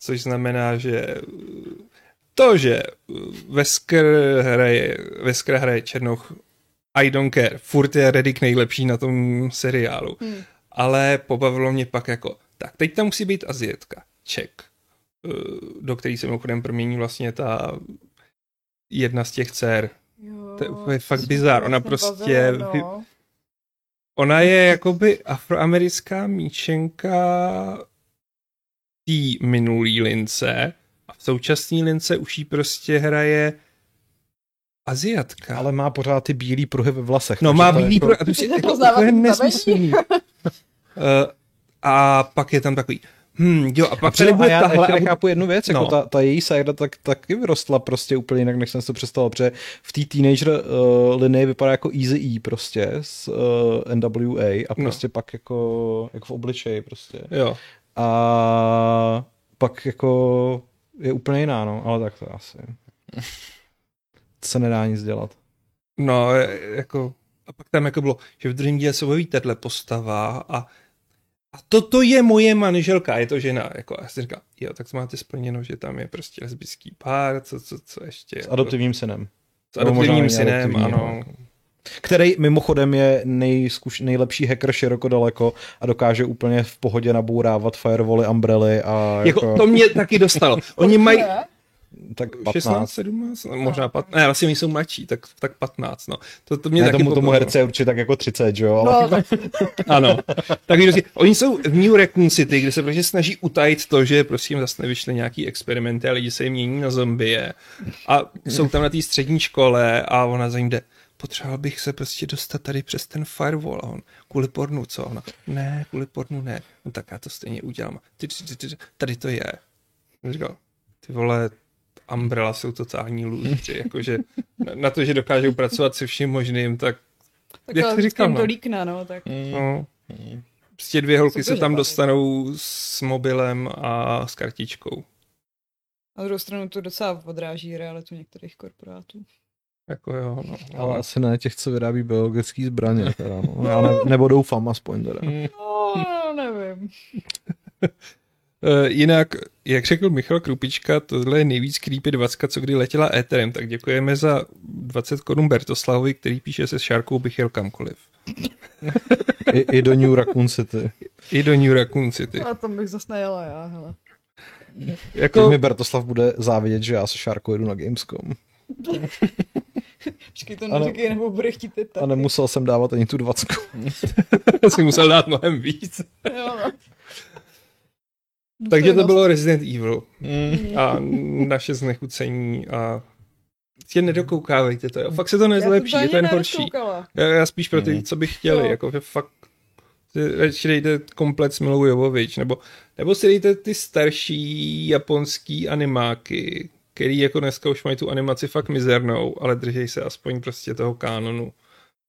A: Což znamená, že uh, to, že uh, Vesker hraje, Vesker hraje Černoch, I don't care, furt je Reddick nejlepší na tom seriálu.
B: Hmm.
A: Ale pobavilo mě pak jako, tak teď tam musí být Azietka, Ček, uh, do který se mimochodem promění vlastně ta jedna z těch dcer.
B: Jo,
A: To je úplně fakt
B: jsem
A: bizár,
B: se
A: ona
B: bavila,
A: prostě vy-
B: no.
A: Ona je jakoby afroamerická míšenka té minulý lince a v současné lince už jí prostě hraje Aziatka.
C: Ale má pořád ty bílý pruhy ve vlasech.
A: No
C: takže
A: má
C: to je
A: bílý
C: jako-
A: pro... a to, je, jako,
B: Nepoznávat
A: to je
B: to
A: nesmyslný. Eh, a pak je tam takový, hm, jo, a pak
C: Tady
A: tady bude
C: a já
A: tahle.
C: tahle,
A: a
C: ještě
A: bude-
C: nechápu jednu věc, jako
A: No.
C: ta, ta její sajda tak, taky vyrostla prostě úplně jinak, než jsem si to představil, protože v té teenager uh, linii vypadá jako Easy E prostě z uh, NWA a
A: No.
C: prostě pak jako, jako v obličeji prostě.
A: Jo.
C: A pak jako je úplně jiná, no, ale tak to asi. se nedá nic dělat.
A: No, eh, jako, a pak tam jako bylo, že v druhém díle se objeví tato postava a, a toto je moje manželka, a je to žena, jako, a já jsem říkal, jo, tak to máte splněno, že tam je prostě lesbický pár, co, co, co ještě,
C: S
A: jako,
C: adoptivním synem.
A: s adoptivním
C: Možná
A: synem,
C: adoptivní, no.
A: ano,
C: Který mimochodem je nejzkuš, nejlepší hacker široko daleko a dokáže úplně v pohodě nabourávat firewally, umbrely a
A: jako, to mě taky dostalo, oni mají,
C: tak
A: 16,
C: 15.
A: 17, no, možná 15, ne, vlastně oni jsou mladší, tak, tak 15, no. To, to mě
C: Ne,
A: taky
C: tomu, tomu
A: pobavilo.
C: herce je určitě tak jako 30, že jo? Ale...
B: No, tak
A: Ano. Takže prostě, oni jsou v New Raccoon City, kde se prostě snaží utajit to, že prostě jim zase nevyšly nějaký experimenty a lidi se jim mění na zombie. A jsou tam na té střední škole a ona za ním jde. Potřeboval bych se prostě dostat tady přes ten firewall. A on, kvůli pornu, co? Ona, ne, kvůli pornu ne. No tak já to stejně udělám. Ty, ty, ty, ty, tady to je. A Říkal, ty vole, Umbrella jsou totální lůzři, jakože na- na to, že dokážou pracovat se vším možným, tak Jak jsi
B: to
A: říkal,
B: říkám,
A: no.
B: no. dolíkne, no, tak.
A: No. Prostě dvě holky se
B: Super,
A: tam
B: že-
A: dostanou s mobilem a s kartičkou.
B: Na druhou stranu to docela odráží realitu některých korporátů.
A: Jako jo, no.
C: ale asi ne těch, co vyrábí biologické zbraně. Teda, no. Já ne, nebo doufám aspoň teda.
B: No, nevím.
A: Eh, Jinak, jak řekl Michal Krupička, tohle je nejvíc creepy 20, co kdy letěla éterem, tak děkujeme za 20 korun Bertoslavovi, který píše se Šárkou bych jel kamkoliv.
C: I, I, do New Raccoon City.
A: I do New Raccoon City.
B: A tam bych zase nejela já, hele.
C: Teď
A: Jako,
C: mi Bertoslav bude závidět, že já se Šárkou jedu na Gamescom.
B: Počkej, to
C: Ano.
B: neříkej, nebo bude chtít teta.
C: A nemusel jsem dávat ani tu dvacku.
A: si musel dát mnohem víc.
B: Jo, no.
A: Takže to bylo Resident Evil
D: Mm.
A: a naše znechucení a tě nedokoukávejte to. jo. Fakt se to
B: Já jsem to
A: nezlepší, je
B: ani
A: ten horší.
B: nedokoukala.
A: Já, já spíš pro ty,
D: Mhm.
A: co by chtěli,
B: Jo.
A: jako že fakt si radši dejte komplet s Milou Jovovič, nebo, nebo si dejte ty starší japonský animáky, který jako dneska už mají tu animaci fakt mizernou, ale držej se aspoň prostě toho kánonu.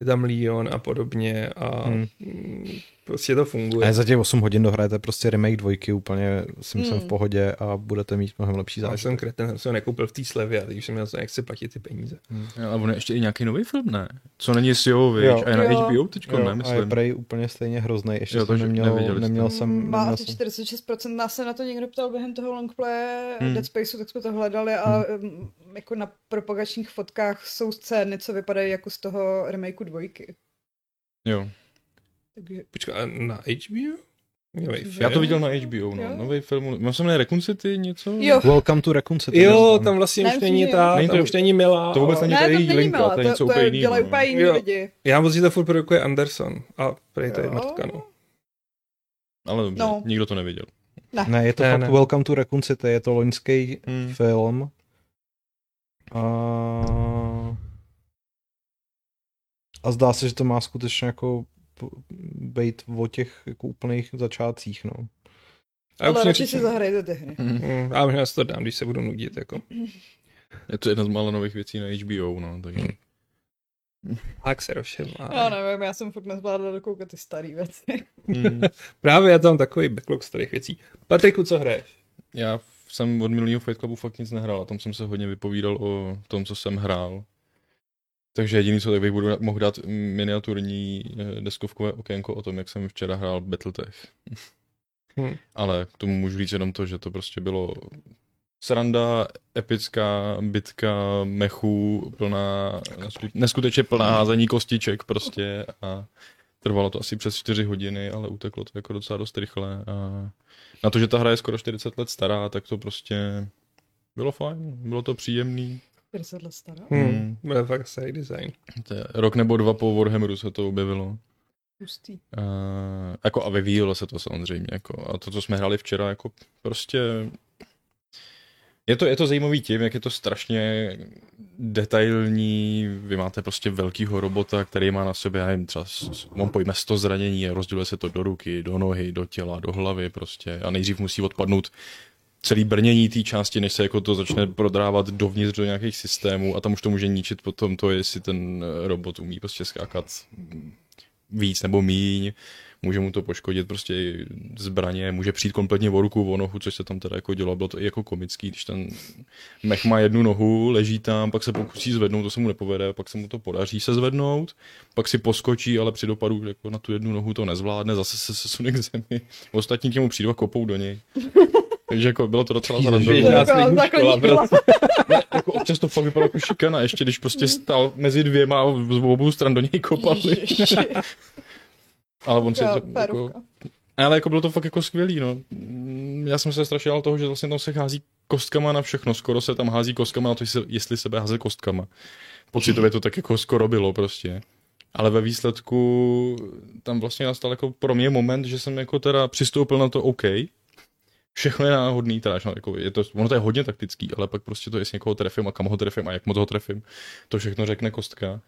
A: Je tam Leon a podobně a
C: Hmm.
D: Mhm.
A: hmm. prostě to
C: Ne,
A: funguje.
C: za těch 8 hodin dohrajete prostě remake dvojky úplně, si myslím,
B: Hmm.
C: v pohodě a budete mít mnohem lepší
A: Já
C: zážitek.
A: jsem kreten, jsem se ho nekoupil v té slevě, a teď už jsem měl za nechci platit ty peníze.
D: A on je ještě i nějaký nový film, ne? Co není s Jo, víš?
C: Jo.
D: A je na
B: Jo.
D: HBO teďko, ne,
C: a je
D: myslím.
C: prej úplně stejně hrozný, ještě
D: Jo,
C: jsem
D: takže
C: neměl,
D: neviděli jste.
C: neměl jsem,
B: Mm, Má
C: neměl
B: asi
C: jsem
B: 46%, nás se na to někdo ptal během toho longplaye
D: Hmm.
B: Dead Spaceu, tak jsme to hledali a um, jako na propagačních fotkách jsou scény, co vypadají jako z toho remakeu dvojky.
D: Jo.
B: Takže
A: Počkej, a na HBO? Nový
D: Já to
A: film?
D: viděl na HBO, no.
B: Jo.
D: Nový film. Mám se jmenuje Recon City něco?
B: Jo.
C: Welcome to Raccoon City.
A: Jo, tam vlastně
B: Ne,
A: už
B: už
A: není
B: není,
A: ta,
D: Není
A: tam
D: to-
A: už není milá.
D: to vůbec
A: ale-
D: není
B: ne,
D: tady
B: tam
D: její
B: není
D: linka,
B: milá,
D: to je
B: to,
D: něco
B: to,
D: úplně
B: je-
D: jinýho,
B: dělají
D: no.
B: úplně jiný
A: Jo.
B: lidi.
A: Já moc to furt produkuje Anderson a prej to je
B: Jo.
A: matka, no.
D: Ale dobře,
B: No.
D: nikdo to neviděl.
C: Ne, je to
A: Ne,
C: fakt
A: ne.
C: Welcome to Raccoon City, je to loňský
D: Hmm.
C: film. A... a zdá se, že to má skutečně jako p- být o těch jako úplných začátcích, no.
A: A
B: Ale
A: upřímně
B: radši si
A: řečeno-
B: zahrajte ty hry.
A: Mm, A možná si to dám, když se budu nudit, jako.
D: Je to jedna z mála nových věcí na HBO, no. Takže.
A: Tak se rošem.
B: Já
A: A...
B: nevím, já jsem furt nezvládla dokoukat ty starý věci.
D: Mm.
A: Právě já tam takový backlog starých věcí. Patriku, co hraješ?
D: Já jsem od minulého Fight Clubu fakt nic nehrál a tam jsem se hodně vypovídal o tom, co jsem hrál. Takže jediný, co tak bych budu, mohl dát miniaturní eh, deskovkové okénko o tom, jak jsem včera hrál Battletech.
A: Hmm.
D: Ale k tomu můžu říct jenom to, že to prostě bylo sranda, epická bitka mechů, plná, nesku- neskutečně plná házení kostiček prostě a trvalo to asi přes 4 hodiny, ale uteklo to jako docela dost rychle a na to, že ta hra je skoro 40 let stará, tak to prostě bylo fajn, bylo to příjemný.
B: 40 let stará.
A: Hmm. Bude fakt starý design.
D: To je Rok nebo dva po Warhammeru se to objevilo.
B: Hustý.
D: A, jako a vyvíjelo se to samozřejmě. Jako, a to, co jsme hráli včera, jako prostě Je to, je to zajímavý tím, jak je to strašně detailní. Vy máte prostě velkýho robota, který má na sobě, já nevím, třeba, s- s- on pojme 100 zranění a rozděluje se to do ruky, do nohy, do těla, do hlavy prostě. A nejdřív musí odpadnout celý brnění té části, než se jako to začne prodrávat dovnitř do nějakých systémů a tam už to může ničit potom to, jestli ten eh, robot umí prostě skákat víc nebo míň, může mu to poškodit prostě i zbraně, může přijít kompletně o ruku, o nohu, což se tam teda jako dělo, bylo to i jako komický, když ten mech má jednu nohu, leží tam, pak se pokusí zvednout, to se mu nepovede, pak se mu to podaří se zvednout, pak si poskočí, ale při dopadu jako na tu jednu nohu to nezvládne, zase se sesune k zemi, ostatní k němu přijdou a kopou do něj. Takže jako bylo to docela zarazovné
B: Běžná střední škola,
D: jako občas to fakt vypadalo jako šikana, ještě když prostě stál mezi dvěma a z obou stran do něj kopali.
B: Ježiši,
D: Ale on si
B: taková
D: to, jako,
B: pérovka.
D: ale jako bylo to fakt jako skvělý, no. Mm, Já jsem se strašil toho, že vlastně tam se hází kostkama na všechno, skoro se tam hází kostkama na to, jestli- jestli sebe házet kostkama. Pocitově to tak jako skoro bylo prostě. Ale ve výsledku tam vlastně nastal jako pro mě moment, že jsem jako teda přistoupil na to OK. Všechno je náhodný, teda, že jako je to, ono to je hodně taktický, ale pak prostě to, jestli někoho trefím a kam ho trefím a jak moc ho trefím, to všechno řekne kostka.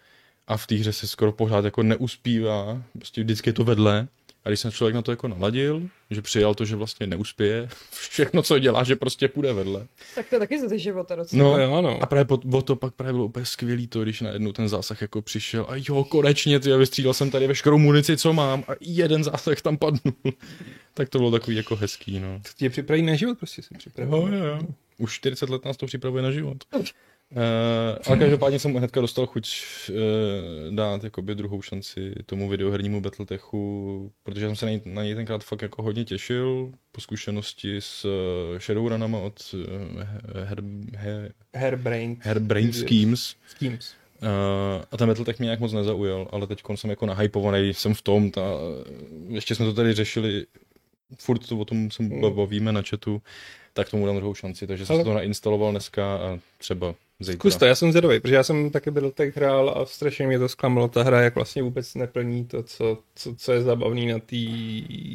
D: A v té hře se skoro pořád jako neuspívá, prostě vždycky je to vedle. A když jsem člověk na to jako naladil, že přijal to, že vlastně neuspěje, všechno, co dělá, že prostě půjde vedle.
B: Tak to je taky za ty života docela.
D: No,
A: jo, ano.
D: a právě po, o to pak právě bylo úplně skvělý to, když najednou ten zásah jako přišel a jo, konečně, ty, vystřídal jsem tady veškerou munici, co mám a jeden zásah tam padnul. tak to bylo takový jako hezký, no.
A: To tě připraví na život, prostě se připraví.
D: Jo, jo, jo. Už 40 let nás to připravuje na život. Uh, ale každopádně jsem hnedka dostal chuť uh, dát jakoby druhou šanci tomu videohernímu Battletechu, protože jsem se na něj, na něj tenkrát fakt jako hodně těšil po zkušenosti s eh, Shadowrunama od uh, her, her,
A: Hairbrain.
D: Herbrain Schemes.
A: Schemes.
D: Uh, a ten Battletech mě nějak moc nezaujal, ale teď jsem jako nahypovaný, jsem v tom, ta, ještě jsme to tady řešili, furt to o tom se bavíme na chatu, tak tomu dám druhou šanci, takže jsem
A: Hmm. Ale-
D: ale... to nainstaloval dneska a třeba zítra.
A: Kus to, já jsem zvědavý, protože já jsem taky Battletech hrál a strašně mě to zklamalo ta hra, jak vlastně vůbec neplní to, co, co, co je zabavný na té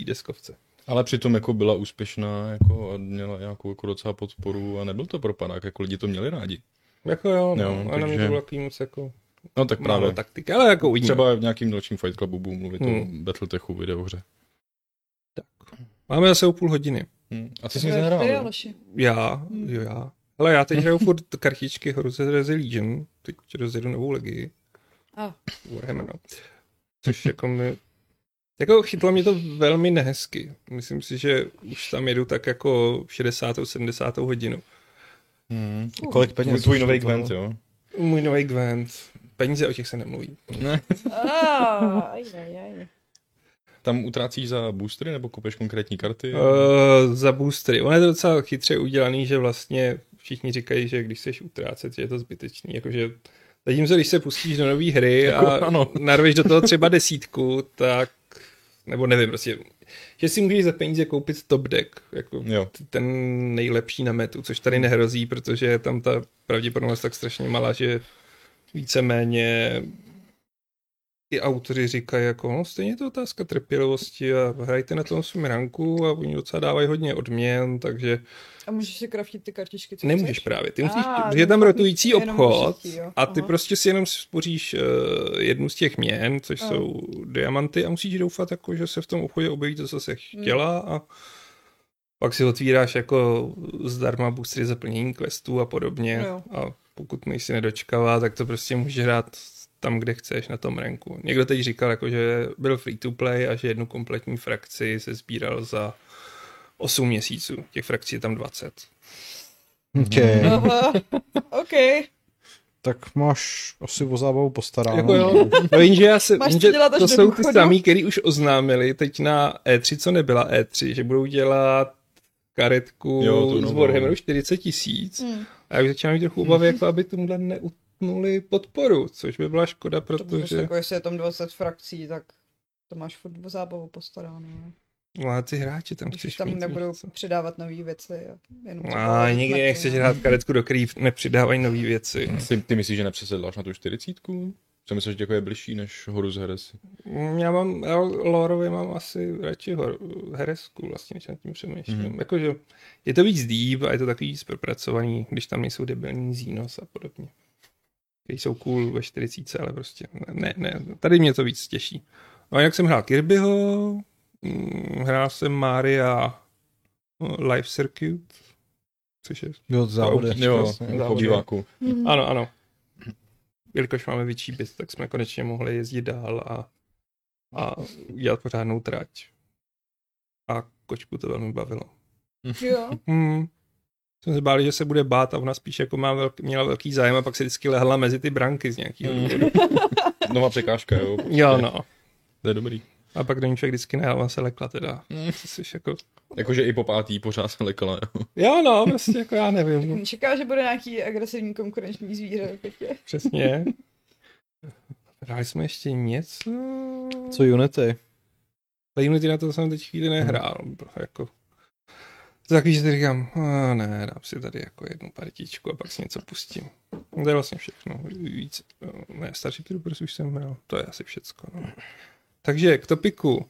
A: deskovce.
D: Ale přitom jako byla úspěšná jako, a měla nějakou jako docela podporu a nebyl to propadák, jako lidi to měli rádi.
A: Jako jo,
D: Jo,
A: no, ale na mě
D: takže-
A: to bylo takový moc jako
D: No tak
A: málo
D: právě.
A: taktiky, ale jako uvidíme.
D: Třeba v nějakým dalším Fight Clubu budu mluvit hmm. o
A: Hmm.
D: Battletechu videohře.
A: Máme zase o půl hodiny.
D: Hmm. A
B: To
D: ty jsi nic
B: je ty,
D: nehrál.
B: Aleši.
A: Já, jo já. Ale já teď hraju furt kartičky Horizon Resilition, teď rozjedu novou legii.
B: A.
A: Warhammer, no. Což jako mi... Jako chytlo mě to velmi nehezky. Myslím si, že už tam jedu tak jako 60. 70. hodinu.
D: Hmm.
C: Kolik
D: Tvůj,
C: peněz?
D: tvůj
C: už
D: nový
C: to no? bylo?
D: Gwent, jo?
A: Můj nový Gwent. Peníze o těch se nemluví.
B: Ah, aj, aj, aj.
D: Tam utrácíš za boostery nebo kupuješ konkrétní karty?
B: Eh,
A: Uh, za boostery. Ono je to docela chytře udělaný, že vlastně všichni říkají, že když chceš utrácet, že je to zbytečný. Jakože zatímco, když se pustíš do nové hry
D: Jako
A: a
D: ano.
A: narveš do toho třeba desítku, tak nebo nevím, prostě, že si můžeš za peníze koupit top deck, jako
D: Jo.
A: ten nejlepší na metu, což tady nehrozí, protože je tam ta pravděpodobnost tak strašně malá, že víceméně i autoři říkají jako, no stejně je to otázka trpělivosti a hrajte na tom svém ranku a oni docela dávají hodně odměn, takže
B: A můžeš si kraftit ty kartičky, co
A: nemůžeš
B: chceš?
A: právě, ty musíš,
B: A,
A: protože je tam
B: tak
A: rotující
B: jenom
A: obchod
B: užití, jo.
A: a ty
B: Aha.
A: prostě si jenom spoříš eh, jednu z těch měn, což
B: Ano.
A: jsou diamanty a musíš doufat, jako, že se v tom obchodě objeví to, co se
B: Hmm.
A: chtěla a pak si otvíráš jako zdarma boostry za plnění questů a podobně
B: No jo.
A: a pokud nejsi nedočkavá, tak to prostě můžeš hrát tam, kde chceš, na tom renku. Někdo teď říkal, jako, že byl free to play a že jednu kompletní frakci se sbíral za 8 měsíců. Těch frakcí je tam 20.
C: Okay.
B: Aha, OK.
C: Tak máš asi o zábavu postaráno.
A: Jako jo. No, jenže já se,
B: Máš co
A: jenže
B: dělat až
A: to
B: do
A: jsou ty
B: důchodu?
A: samý, který už oznámili teď na E3, co nebyla E3, že budou dělat karetku
D: Jo, tu
A: z
D: novou.
A: Warhammeru 40 tisíc.
B: Mm.
A: A já už začínám mít trochu obavy, jako aby tomhle neutnuli podporu, což by byla škoda,
B: To bylo
A: protože
B: jako, jestli je tam 20 frakcí, tak to máš furt o zábavu postaráno. ne?
A: no, ale ty hráči tam
B: Když
A: chceš
B: už tam
A: mít,
B: nebudou
A: co?
B: přidávat nové věci. A jenom
A: A nikdy
B: no.
A: nechceš hrát karetku, do který nepřidávají nové věci.
D: Ty, ty myslíš, že nepřesedláš na tu čtyřicítku? Jsem myslel, že jako je bližší než Horus Heresy.
A: Mm, Já mám, já lorově mám asi radši hor, heresku vlastně, než nad tím přemýšlím.
D: Mhm.
A: Mm-hmm. Jakože je to víc deep a je to takový víc propracovaný, když tam nejsou debilní zínos a podobně. Když jsou cool ve 40, ale prostě ne, ne, tady mě to víc těší. No a jak jsem hrál Kirbyho, mm, hrál jsem Maria no, Life Circuit, což je
C: Jo, to závody.
D: jo,
C: jasně.
D: po diváku.
B: Mhm.
A: ano, ano. Jelikož máme větší byt, tak jsme konečně mohli jezdit dál a, a dělat pořádnou trať. A kočku to velmi bavilo.
B: Jo.
A: Hmm. Jsem se báli, že se bude bát a ona spíš jako má velký, měla velký zájem a pak se vždycky lehla mezi ty branky z nějakého
D: Mm.
A: důvodu.
D: Nová překážka, jo.
A: Jo, no.
D: To je dobrý.
A: A pak do ní člověk vždycky nehal, ona se lekla teda. Jsi jako...
D: Jakože i po pátý pořád se lekala, jo.
A: Jo, no, prostě jako já nevím.
B: Čeká, že bude nějaký agresivní konkurenční zvíře. určitě.
A: Přesně. Hráli jsme ještě něco.
C: Co Unity?
A: Ale Unity na to jsem teď chvíli nehrál. Bro, jako. To je takový, že si říkám, a ne, dám si tady jako jednu partičku a pak si něco pustím. No to je vlastně všechno. Víc, eh, ne, starší píru prostě už jsem hrál. To je asi všecko. No. Takže k topiku.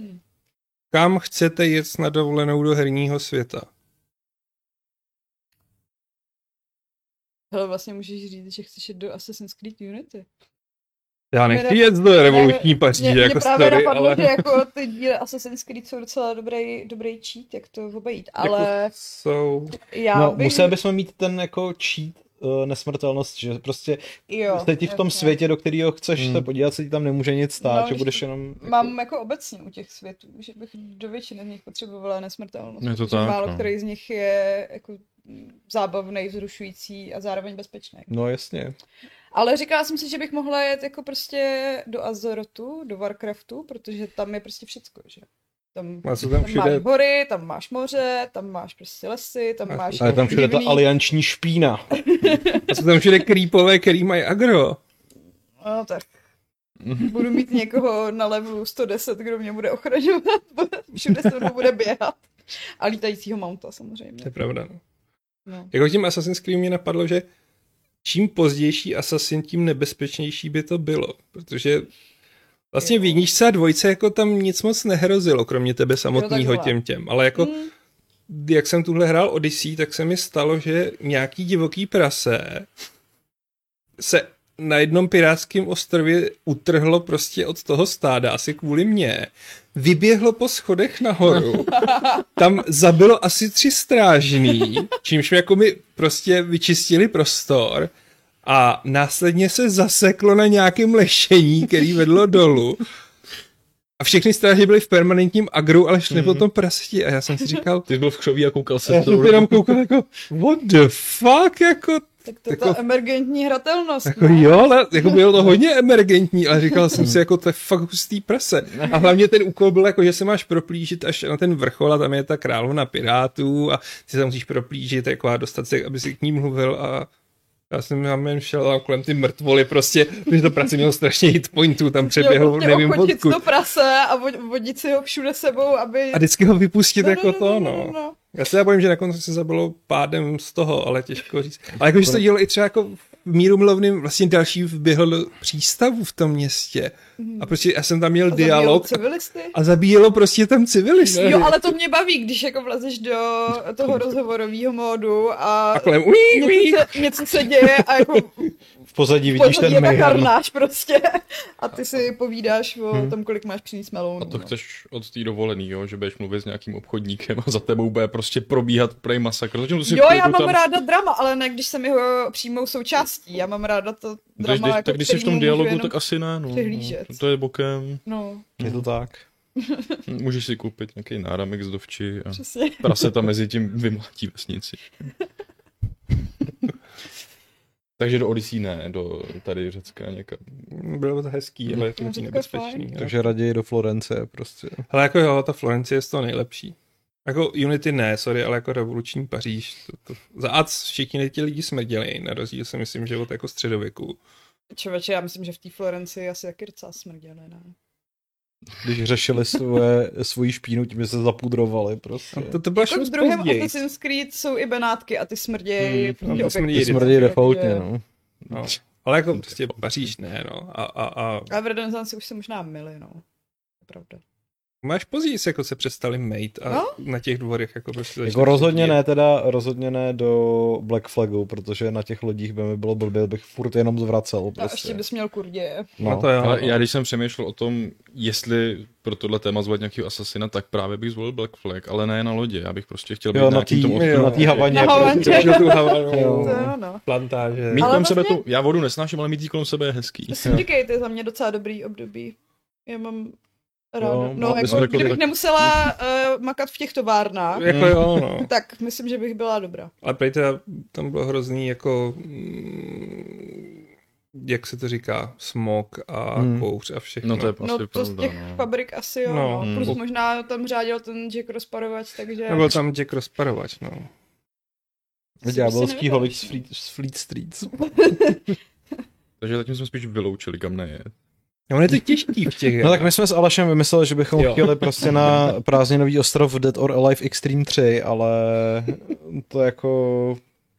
B: Hmm.
A: Kam chcete jet na dovolenou do herního světa?
B: Hele, vlastně můžeš říct, že chceš jít do Assassin's Creed Unity.
A: Já
B: Mě
A: nechci
B: nap-
A: jet do revoluční Paříže
B: Mě, mě
A: jako
B: právě
A: story,
B: napadlo,
A: ale...
B: že jako ty díly Assassin's Creed jsou docela dobrý, dobrý cheat, jak to obejít, ale
A: Jako jsou...
B: já
C: No,
B: bych...
C: museli bychom mít ten jako cheat eh, nesmrtelnost, že prostě
B: jo,
C: jste ti v tom
B: jasně.
C: světě, do kterého chceš
D: Hmm.
C: se podívat, se ti tam nemůže nic stát,
B: No,
C: že
B: víš,
C: budeš jenom... Jako...
B: Mám jako obecně u těch světů, že bych do většiny z nich potřebovala nesmrtelnost.
D: Je to
B: protože
D: tak,
B: Málo
D: no.
B: který z nich je jako mm, zábavný, vzrušující a zároveň bezpečný.
C: No jasně.
B: Ale říkala jsem si, že bych mohla jet jako prostě do Azerotu, do Warcraftu, protože tam je prostě všecko, že? Tam,
A: A co tam
B: tam máš
A: všude?
B: hory, tam máš moře, tam máš prostě lesy, tam
A: A-
B: máš
C: Ale tam všude ta
B: divný-
C: alianční špína.
A: A co tam všude creepové, který mají agro?
B: No tak.
A: Mhm.
B: Budu mít někoho na levelu 110, kdo mě bude ochraňovat, všude se mnou bude běhat. A lítajícího mounta samozřejmě.
A: To je pravda, no.
B: No.
A: Jako tím Assassin's Creed mě napadlo, že čím pozdější Assassin, tím nebezpečnější by to bylo, protože vlastně v jedničce a dvojce jako tam nic moc nehrozilo, kromě tebe samotného
B: takhle.
A: těm těm, ale jako
B: Mm,
A: jak jsem tuhle hrál Odyssey, tak se mi stalo, že nějaký divoký prase se na jednom pirátském ostrově utrhlo prostě od toho stáda, asi kvůli mně, vyběhlo po schodech nahoru, tam zabilo asi tři strážný, čímž mi jako mi prostě vyčistili prostor a následně se zaseklo na nějakém lešení, který vedlo dolů. A všechny stráže byly v permanentním agru, ale šli po tom prasti a já jsem si říkal,
D: Ty jsi byl v křoví a koukal se
A: já jsem jenom koukal jako, what the fuck, jako,
B: tak to je
A: Jako-
B: ta emergentní hratelnost. no.
A: jako
B: ne?
A: jo, ale jako bylo to hodně emergentní, ale říkal jsem si, jako to je fakt hustý prase. A hlavně ten úkol byl jako, že se máš proplížit až na ten vrchol a tam je ta královna pirátů a ty se tam musíš proplížit jako a dostat se, aby si k ní mluvil a já jsem tam jen šel a kolem ty mrtvoly prostě, protože to prase mělo strašně hitpointů, tam přeběhlo,
B: prostě
A: nevím
B: okotit
A: odkud.
B: to prase a vo- vodit si ho všude sebou, aby...
A: A vždycky ho vypustit
B: No, no,
A: jako
B: no,
A: to,
B: no, no, no.
A: Já se já bojím, že na konci se zabilo pádem z toho, ale těžko říct. Ale jakože se to dělo i třeba jako v míru mluvným, vlastně další vběhl do přístavu v tom městě. A prostě já jsem tam měl
B: A
A: dialog
B: zabijou civilisty.
A: a zabíjelo prostě tam civilisty.
B: Jo, ale to mě baví, když jako vlezeš do toho rozhovorového módu a,
A: A kolem uí, uí.
B: něco, se, něco se děje a jako
C: V pozadí vidíš
B: Pozadí je
C: ten
B: ta
C: Mayhem.
B: karnáš prostě a ty si povídáš o tom, kolik máš přinést no. melounu.
D: Hm. A to chceš od té dovolený, jo? že budeš mluvit s nějakým obchodníkem a za tebou bude prostě probíhat prej masakr. Zatím to si
B: Jo, já
D: půjdu
B: mám
D: tam-
B: ráda drama, ale ne, když jsem jeho přímou součástí. Já mám ráda to
D: Když,
B: drama,
D: když,
B: jako
D: tak když jsi v
B: kterýmu
D: tom
B: můžu
D: dialogu,
B: jenom-
D: tak asi ne. No.
B: přehlížet.
D: To, to je bokem.
B: No,
C: Je to tak.
D: Můžeš si koupit nějaký náramek z dovči a
B: přesně.
D: prase tam mezi tím vymlátí vesnici. Takže do Odyssey ne, do tady Řecka někam.
A: Bylo to hezký, ale je to
B: No, Řecko je
A: nebezpečný. jo.
C: Takže raději do Florence prostě.
A: Ale jako jo, ta Florencie je z toho nejlepší. Jako Unity ne, sorry, ale jako revoluční Paříž. To, to, za ac všichni ti lidi smrděli, na rozdíl si myslím, že od jako středověku.
B: Čověče, já myslím, že v té Florenci asi taky docela smrděli, ne?
C: Když řešili svoje, svoji špínu, tím že se zapudrovali prostě.
A: To, to bylo
B: Jako v druhém Assassin's Creed jsou i Benátky a ty smrdějí
D: Hmm,
B: prostě
A: to
B: opět.
A: smrdí
C: Ty
D: jako-
A: Jedice.
B: Prostě
C: smrdí defaultně, no.
A: No. Ale jako prostě Paříž ne, no. A, a, a
B: A v renesanci už se možná mili, no. Pravda.
A: máš později se jako se přestali mít a
B: No.
A: na těch dvorech jako prostě
C: Jako
A: začali
C: rozhodně
A: chodit.
C: ne, teda rozhodně ne do Black Flagu, protože na těch lodích by mi bylo blbě, bych furt jenom zvracel.
B: A No, ještě
C: Prostě.
B: bys měl kurdě.
A: No, to jo.
D: Ale já když jsem přemýšlel o tom, jestli pro tohle téma zvolit nějakého asasina, tak právě bych zvolil Black Flag, ale ne na lodě. Já bych prostě chtěl být
A: no,
C: Jo, na
D: nějakým
C: tý,
D: tom
A: odstupu.
C: na tý Havaně.
B: Na Havaně.
C: prostě.
A: Přešel tu Havanu,
C: Jo.
B: To jo, no.
A: plantáže.
D: Mít
B: Ale
D: kolem
B: vlastně-
D: sebe tu, já vodu nesnáším, ale mít jí kolem sebe je hezký.
B: Syndicate je za mě docela dobrý období. Já mám ráda. No,
C: No, no,
B: no
D: aby jsem
B: jako,
D: řekl,
B: kdybych
D: tak-
B: nemusela uh, makat v těch továrnách,
A: Jako
D: Mm.
A: jo, no.
B: tak myslím, že bych byla dobrá.
A: Ale prej teda tam bylo hrozný jako, mm, jak se to říká, smog a
C: Hmm.
A: hmm. kouř a všechno.
D: No to je prostě
B: No to z
D: pravda,
B: těch
D: no.
B: fabrik asi jo.
A: No,
B: No,
D: hmm.
B: Plus možná tam řádil ten Jack rozparovač, takže...
A: Nebyl tam Jack rozparovač, no.
C: Ďábelský holič z Fleet, z Fleet Street.
D: Takže zatím jsme spíš vyloučili, kam neje.
A: No, on je to těžký v těch jako,
C: No tak my jsme s Alešem vymysleli, že bychom
A: Jo.
C: chtěli prostě na prázdninový ostrov Dead or Alive Extreme 3, ale to jako,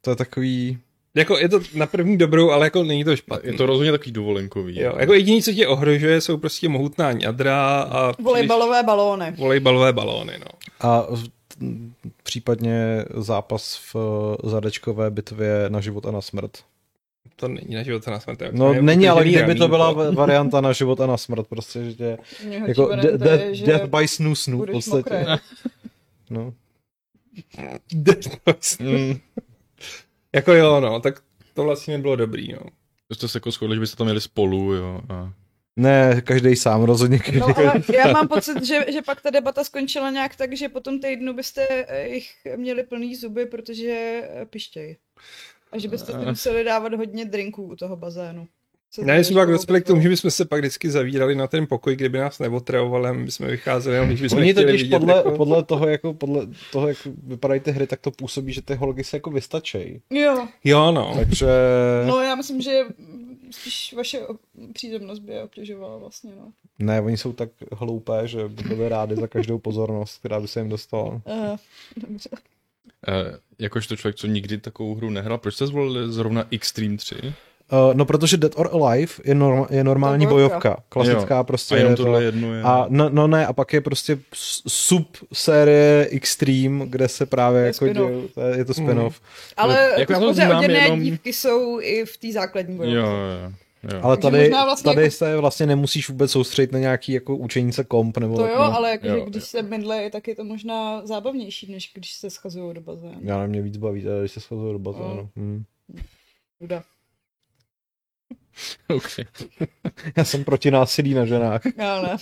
C: to je takový...
A: Jako je to na první dobrou, ale jako není to špatný.
D: Je to rozhodně takový dovolenkový.
A: Jo, jako jediný, co tě ohrožuje, jsou prostě mohutná jadra a
B: Volejbalové balóny.
A: příliš- volejbalové balóny, no.
C: A v- m, případně zápas v eh, zadečkové bitvě na život a na smrt.
A: To není na život a na smrt. to je
C: No
A: úplně
C: není, ale
A: utržený
C: kdyby to
A: ramínko.
C: byla va- varianta na život a na smrt, prostě, že tě,
B: Mě hodí
C: jako
B: No, barem
C: de-
B: to je,
C: de-
B: že
C: death by snoo snoo v
B: budeš
C: podstatě.
B: mokrý.
C: No.
A: Hmm.
D: Mm,
A: jako jo, no, tak to vlastně nebylo dobrý, no.
D: to jste se jako shodli, že byste tam jeli spolu, jo. A...
C: Ne, každý sám, rozhodně každý.
B: No ale já mám pocit, že, že pak ta debata skončila nějak tak, že po tom týdnu byste eh, jich měli plný zuby, protože eh, pištěj. A že byste si museli dávat hodně drinků u toho bazénu. Co
A: Ne, my jsme pak
B: trošku-
A: dospěli k tomu, že bychom se pak vždycky zavírali na ten pokoj, kdyby nás neotravovali, a my jsme vycházeli, jenom když bychom
C: Oni
A: chtěli
C: totiž
A: vidět,
C: podle,
A: jako...
C: podle, toho, jako, podle toho, jak vypadají ty hry, tak to působí, že ty hology se jako vystačejí.
B: Jo,
A: Jo, no.
C: Takže...
B: no já myslím, že spíš vaše o- přítomnost by je obtěžovala vlastně, no.
C: Ne, oni jsou tak hloupé, že by byli rádi za každou pozornost, která by se jim dostala.
B: Uh, dobře.
D: Eh, jakožto člověk, co nikdy takovou hru nehrál, proč jste zvolili zrovna Extreme 3?
C: Uh, no, protože Dead or Alive je, norm, je normální
B: To je bojovka.
C: bojovka. Klasická jo. prostě.
D: A jenom
C: je to-
D: tohle jedno je.
C: a no, no ne, a pak je prostě s- sub série Extreme, kde se právě
B: je
C: jako
B: spin-off.
C: dějou, to je, je to spin-off.
B: Ale
D: Jako
B: jako
D: já to
B: to
D: znám
B: oděné
D: jenom-
B: jenom... dívky jsou i v té základní
D: Jo, no,
B: bojovce.
D: jo, jo.
C: Ale
B: Takže
C: tady,
B: možná vlastně
C: tady
B: jako-
C: se vlastně nemusíš vůbec soustředit na nějaký jako učení se komp nebo
B: To
C: tak,
B: jo,
C: no.
B: ale jakože
D: Jo,
B: když se mydle, tak je to možná zábavnější, než když se schazují do bazénu.
C: Já na mě víc baví, teda, když se schazuju do bazénu.
B: No.
C: Hmm.
B: Nuda.
D: Okay.
C: Já jsem proti násilí na ženách.
B: Ale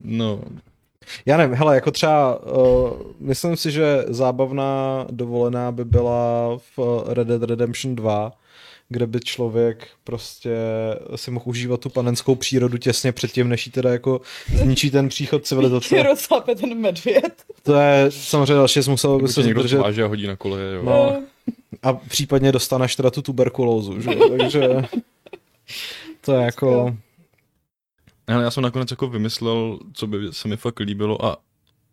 D: No,
C: Já nevím, hele, jako třeba, uh, myslím si, že zábavná dovolená by byla v eh, Red Dead Redemption 2, kde by člověk prostě si mohl užívat tu panenskou přírodu těsně předtím, než jí teda jako zničí ten příchod
B: je
C: civilizace.
B: rozlape ten medvěd.
C: To je samozřejmě další, jsi musel by
D: Kdyby
C: se
D: tě jako někdo
C: zdržet
D: zváže a hodí na kole, jo.
C: No.
B: Eh,
C: a případně dostaneš teda tu tuberkulózu, že? jo, Takže to je jako...
D: Ale já jsem nakonec jako vymyslel, co by se mi fakt líbilo a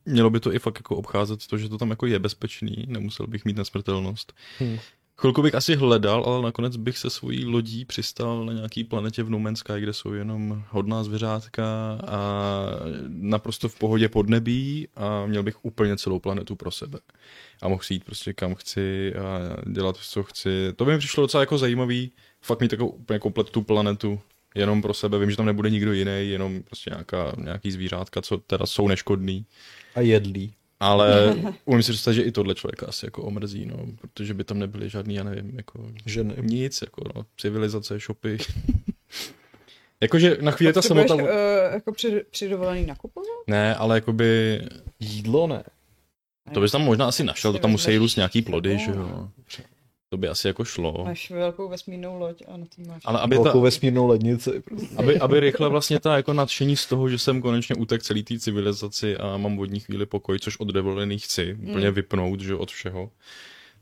D: mělo by to i fakt jako obcházet to, že to tam jako je bezpečný, nemusel bych mít nesmrtelnost.
C: Hm.
D: Hmm. Chvilku bych asi hledal, ale nakonec bych se svojí lodí přistál na nějaký planetě v No Man's Sky, kde jsou jenom hodná zvěřátka a naprosto v pohodě podnebí a měl bych úplně celou planetu pro sebe. A mohl si jít prostě kam chci a dělat, co chci. To by mi přišlo docela jako zajímavý, fakt mít takovou úplně komplet tu planetu jenom pro sebe, vím, že tam nebude nikdo jiný, jenom prostě nějaká, nějaký zvířátka, co teda jsou neškodný.
C: A jedlí.
D: Ale umím si představit, že i tohle člověka asi jako omrzí, no, protože by tam nebyly žádný, já nevím, jako
C: Ženy.
D: nic, jako no, civilizace, shopy. Jakože na chvíli ta
B: Potřebuješ,
D: samota...
B: eh, jako při, při dovolený nakupovat?
D: Ne, ale jakoby,
C: Jídlo ne.
D: to bys tam možná asi našel, to tam musí růst nějaký plody, že jo.
B: No.
D: To by asi jako šlo.
B: Máš velkou vesmírnou loď a na tom máš.
D: Ale aby ta,
C: Velkou vesmírnou lednici. Prostě.
D: Aby, aby rychle vlastně ta jako nadšení z toho, že jsem konečně utek celý té
B: Hmm.
D: civilizaci a mám vodní chvíli pokoj, což od dovolený chci, úplně vypnout, že jo, od všeho.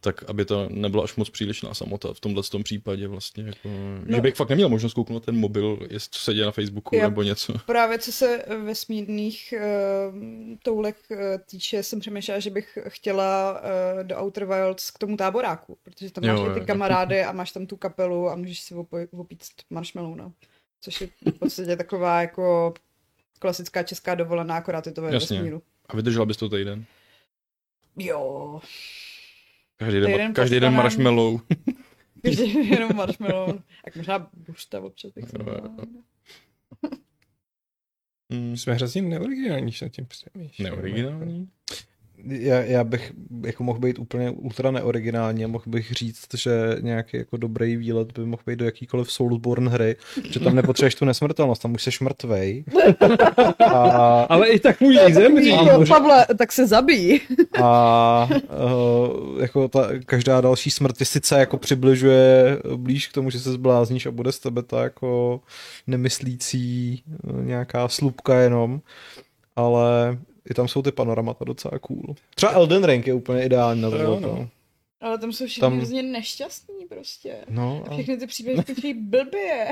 D: tak aby to nebyla až moc přílišná samota v tomhle tom případě vlastně. Jako, no. Že bych fakt neměl možnost kouknout na ten mobil, jestli co se děje na Facebooku
B: Jo.
D: nebo něco.
B: Právě co se eh, vesmírných uh, toulek uh, týče, jsem přemýšlela, že bych chtěla uh, do Outer Wilds k tomu táboráku, protože tam máš
D: Jo,
B: jo, ty
D: jo.
B: kamarády a máš tam tu kapelu a můžeš si opoj- opít marshmallow, no. Což je v podstatě taková jako klasická česká dovolená, akorát je to ve
D: Jasně.
B: vesmíru.
D: A vydržela bys to týden?
B: Jo,
D: Každý den,
B: Týden
D: každý den
B: postaven.
D: marshmallow.
B: Když je jenom marshmallow. Tak možná bušta občas bych si
D: Jo, jo.
B: dala, no.
D: Mm,
A: My jsme hrozně neoriginální, když nad tím přemýšlím.
D: neoriginální.
C: Já, já bych jako mohl být úplně ultra neoriginální a mohl bych říct, že nějaký jako dobrý výlet by mohl být do jakýkoliv Soulsborne hry, že tam nepotřebuješ tu nesmrtelnost, tam už seš mrtvej. A,
A: Ale i tak můžeš zemřít.
C: A
B: Jo,
C: může-
B: Pavle, tak se zabij.
C: a uh, jako ta, každá další smrt tě sice jako přibližuje blíž k tomu, že se zblázníš a bude z tebe ta jako nemyslící eh, nějaká slupka jenom, ale i tam jsou ty panoramata docela cool. Třeba Elden Ring je úplně ideální na
A: To jo,
C: tohle.
A: no.
C: No,
B: Ale tam jsou všichni
C: Tam-
B: tam... hrozně nešťastní prostě.
C: no
B: A
C: a...
B: všechny ty příběhy končí blbě.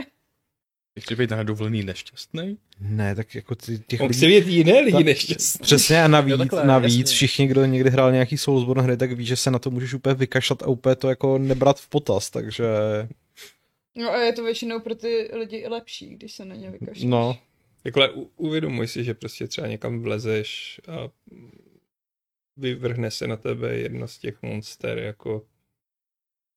D: Ještě být na dovolený nešťastný.
C: Ne, tak jako ty, těch
A: On
C: lidí...
A: chce vidět jiné lidi
C: Tak-
A: nešťastné.
C: Přesně a navíc,
D: Jo,
C: takhle,
D: takhle,
C: navíc
D: jasně.
C: všichni, kdo někdy hrál nějaký Soulsborne hry, tak ví, že se na to můžeš úplně vykašlat a úplně to jako nebrat v potaz, takže
B: No a je to většinou pro ty lidi i lepší, když se na ně vykašleš.
C: no.
A: Jako, ale u- uvědomuj si, že prostě třeba někam vlezeš a vyvrhne se na tebe jedno z těch monster jako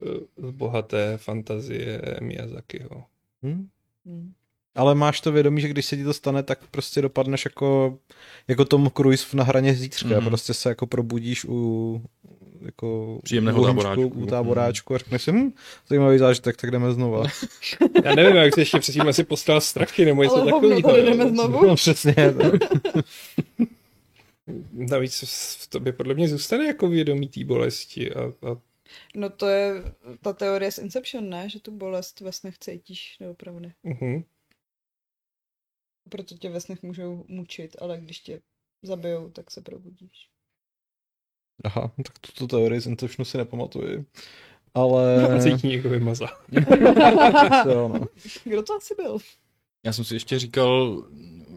A: eh, z bohaté fantazie Miyazakiho.
C: Hm?
B: Hm.
C: Ale máš to vědomí, že když se ti to stane, tak prostě dopadneš jako, jako Tom Cruise v- na hraně zítřka. Mm.
D: Mhm.
C: Prostě se jako probudíš u jako
D: Příjemného
C: u ohníčku,
D: táboráčku.
C: U táboráčku a řekneš si, hm, zajímavý zážitek, tak jdeme znova.
A: Já nevím, jak jsi ještě předtím asi postal strachy nebo něco
B: Ale hovno,
A: takového.
B: tady jdeme znovu.
C: No, přesně. tak.
A: Navíc v tobě podle mě zůstane jako vědomí té bolesti a, a
B: No to je ta teorie z Inception, ne? Že tu bolest ve snech cítíš doopravdy.
A: uh-huh.
B: Proto tě ve snech můžou mučit, ale když tě zabijou, tak se probudíš.
C: Aha, tak tuto teorii z Inceptionu si nepamatuji. Ale...
A: a cítí někdo vymazá.
C: jo, no.
B: Kdo to asi byl?
D: Já jsem si ještě říkal,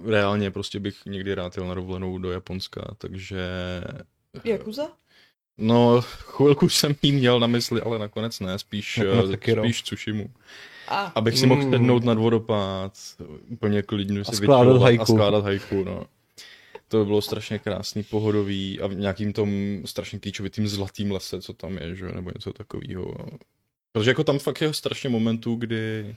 D: reálně prostě bych někdy rád jel na dovolenou do Japonska, takže...
B: Jakuza?
D: No, chvilku jsem jí měl na mysli, ale nakonec ne, spíš,
C: Nakonec
D: eh,
C: taky, no.
D: spíš Tsushimu.
B: A,
D: Abych si mohl
A: Mm.
D: sednout na vodopád, úplně klidně si
C: skládat
D: vyčilovat
C: haiku.
D: a skládat hajku, no. To by bylo strašně krásný, pohodový a v nějakým tom strašně klíčovitým zlatým lese, co tam je, že? jo, nebo něco takového. Protože jako tam fakt je strašně momentů, kdy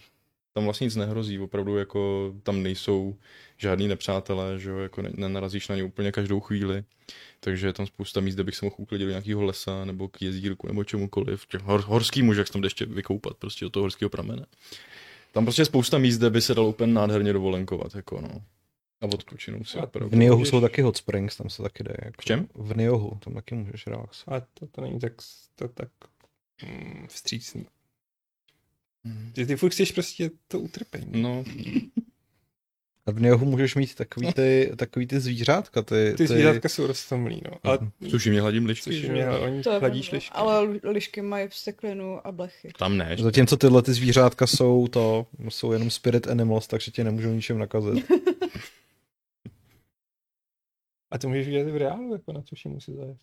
D: tam vlastně nic nehrozí, opravdu jako tam nejsou žádný nepřátelé, že jo, jako ne- nenarazíš na ně úplně každou chvíli. Takže je tam spousta míst, kde bych se mohl uklidit do nějakého lesa nebo k jezírku nebo čemukoliv. Tě- Hor, horský muž, jak se tam jde ještě vykoupat prostě od toho horského pramene. Tam prostě je spousta míst, kde by se dalo úplně nádherně dovolenkovat, jako no. A odpočinout si
A: A
C: V
D: opravdu.
C: Niohu jsou taky hot springs, tam se taky jde. Jako.
D: V čem?
C: V Niohu, tam taky můžeš relaxovat.
A: A to, to není tak, to tak mm, vstřícný. Ty, ty furt chceš prostě to utrpení.
D: No,
C: A v Niohu můžeš mít takový ty, takový ty zvířátka, ty,
A: Ty zvířátka jsou roztomlý, no. Ale
D: což mě hladím
A: což
D: lišky, že?
A: mě,
D: jo?
A: ale oni
B: to je
A: hladíš
B: pravda.
A: lišky.
B: Ale li- lišky mají vsteklinu a blechy.
D: Tam ne, že?
C: Zatímco tyhle ty zvířátka jsou to, jsou jenom spirit animals, takže tě nemůžou ničem nakazit.
A: A to můžeš vidět i v reálu, jako na což musí zajet.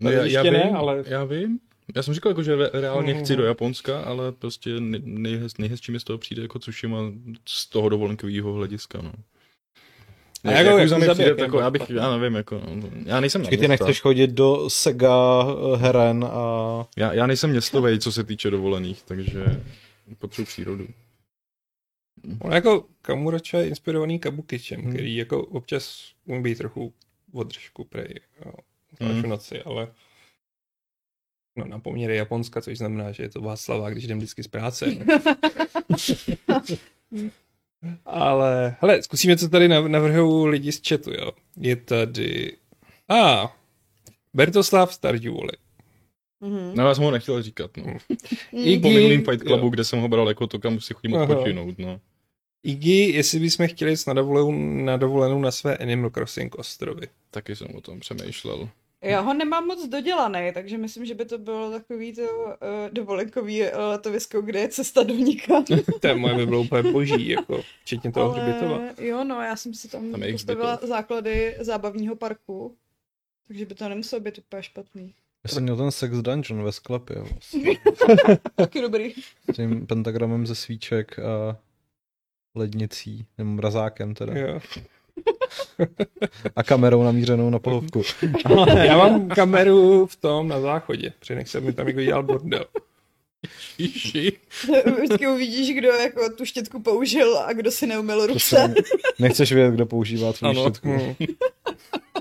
D: No, já, já,
A: Ještě
D: vím,
A: ne, ale-
D: já vím. Já jsem říkal, jako, že re- reálně
A: Mhm.
D: chci do Japonska, ale prostě nej- nejhez, nejhezčí mi z toho přijde jako Tsushima z toho dovolenkového hlediska. No.
A: A jako
D: Yakuza
A: Yakuza
D: mi
A: by
D: přijde,
A: jak
D: jako,
A: jako
D: já bych,
A: špatná.
D: já nevím, jako, já nejsem na
C: Ty
D: města.
C: nechceš chodit do Sega eh, heren a
D: Já, já nejsem městovej, co se týče dovolených, takže potřebuji přírodu.
A: On jako Kamuroča je inspirovaný Kabukičem,
C: Hmm.
A: hmm. který jako občas umí být trochu v održku prej, jo, zvlášť v
D: Hmm.
A: noci, ale no, na poměry Japonska, což znamená, že je to Václavá, když jdem vždycky z práce. ale, hele, zkusíme, co tady nav- navrhují lidi z chatu, jo. Je tady... A, ah, Bertoslav Stardiuli.
B: Mhm.
D: No, já jsem ho nechtěl říkat, no.
B: Mm.
A: Iggy-
D: Po minulým Fight Clubu,
A: Hmm, jo.
D: kde jsem ho bral jako to, kam si chodím
A: Aha.
D: odpočinout, no.
A: Iggy, jestli bychom chtěli jít na dovolenou, na dovolenou na své Animal Crossing ostrovy.
D: Taky jsem o tom přemýšlel.
B: Já ho nemám moc dodělaný, takže myslím, že by to bylo takový to uh, dovolenkový uh, letovisko, kde je cesta do nikam.
A: To je moje by bylo úplně boží, jako, včetně toho Ale... hřbitova.
B: jo, no, já jsem si tam,
D: Tam je x
B: postavila základy zábavního parku, takže by to nemuselo být úplně špatný.
C: Já jsem měl ten sex dungeon ve sklepě, jo,
B: Taky dobrý.
C: s tím pentagramem ze svíček a lednicí, nebo mrazákem teda,
A: Jo.
C: a kamerou namířenou na pohovku.
A: Já mám kameru v tom na záchodě, přinech se mi tam jako dělal bordel.
D: Ježiši.
B: Vždycky uvidíš, kdo jako tu štětku použil a kdo si neuměl ruce.
C: Nechceš vědět, kdo používá tvůj
A: Ano.
C: štětku.
A: Hm.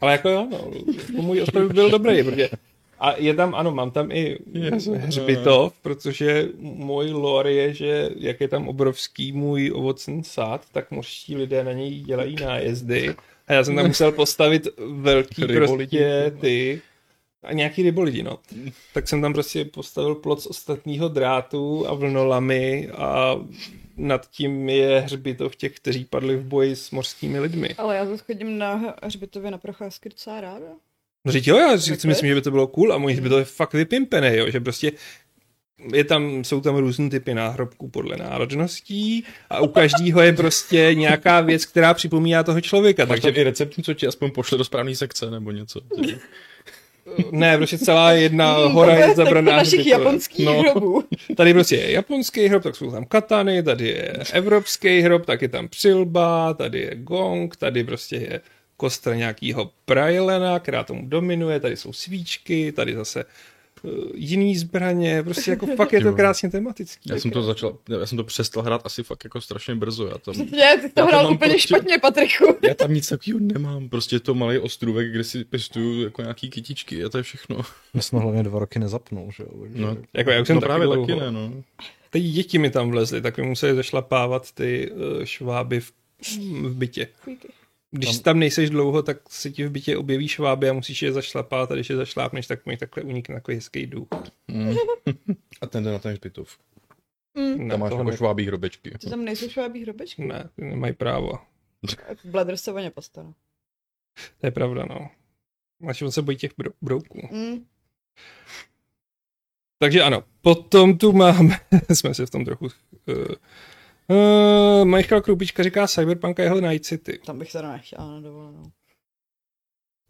A: Ale jako jo, no, jako můj odpověď byl dobrý, protože a je tam, ano, mám tam i hřbitov, protože můj lore je, že jak je tam obrovský můj ovocný sád, tak mořští lidé na něj dělají nájezdy. A já jsem tam musel postavit velký
D: Rybolidi.
A: prostě ty, a nějaký rybolidi, no. Tak jsem tam prostě postavil plot z ostatního drátu a vlnolamy a nad tím je hřbitov těch, kteří padli v boji s mořskými lidmi.
B: Ale já zase chodím na hřbitově na procházky docela ráda.
A: No říct, jo, já si
B: Tak
A: si
B: to je.
A: myslím, že by to bylo cool a můj hřbitov je fakt vypimpený, jo, že prostě je tam, jsou tam různý typy náhrobků podle národností a u každého je prostě nějaká věc, která připomíná toho člověka.
D: Máš
A: Takže
D: tam i recept, co ti aspoň pošle do správné sekce nebo něco.
A: ne, prostě celá jedna hora
B: to
A: je
B: tak to
A: zabraná
B: našich
A: hřbitovem.
B: japonských no. hrobů.
A: Tady prostě je japonský hrob, tak jsou tam katany, tady je evropský hrob, tak je tam přilba, tady je gong, tady prostě je kostra nějakýho prajlena, která tomu dominuje, tady jsou svíčky, tady zase eh, jiný zbraně, prostě jako fakt je to krásně tematický.
D: Já jsem to začal, já jsem to přestal hrát asi fakt jako strašně brzo. Já tam,
B: Přesně, ty to
D: Já to
B: hrál
D: mám
B: úplně
D: prostě-
B: špatně, Patriku.
D: já tam nic takového nemám. Prostě je to malý ostrůvek, kde si pěstuju jako nějaký kytičky a to je všechno.
C: Já jsem ho hlavně dva roky nezapnul, že jo. takže-
D: No,
A: Jako já už jsem
D: no
A: taky
D: právě
A: dlouho.
D: taky ne, no.
A: Ty děti mi tam vlezly, tak mi museli zašlapávat ty eh, šváby v, v bytě. Když tam... tam nejseš dlouho, tak se ti v bytě objeví šváby a musíš je zašlapat a když je zašlápneš, tak mi takhle unikne takový hezký duch.
D: Hmm. A ten jde na ten hřbitov.
B: Mm.
A: Ne,
D: Tam máš
A: tohle
D: jako
A: ne-
D: švábí hrobečky.
B: Co tam nejsou švábí hrobečky?
A: Ne, ty nemají právo.
B: Bladr se o ně postará.
A: To je pravda, no. Znači on se bojí těch brou- brouků.
B: Mm.
A: Takže ano, potom tu máme, jsme se v tom trochu... Uh, uh, Michal Krupička říká Cyberpunk a jeho Night City.
B: Tam bych teda nechtěla na dovolenou.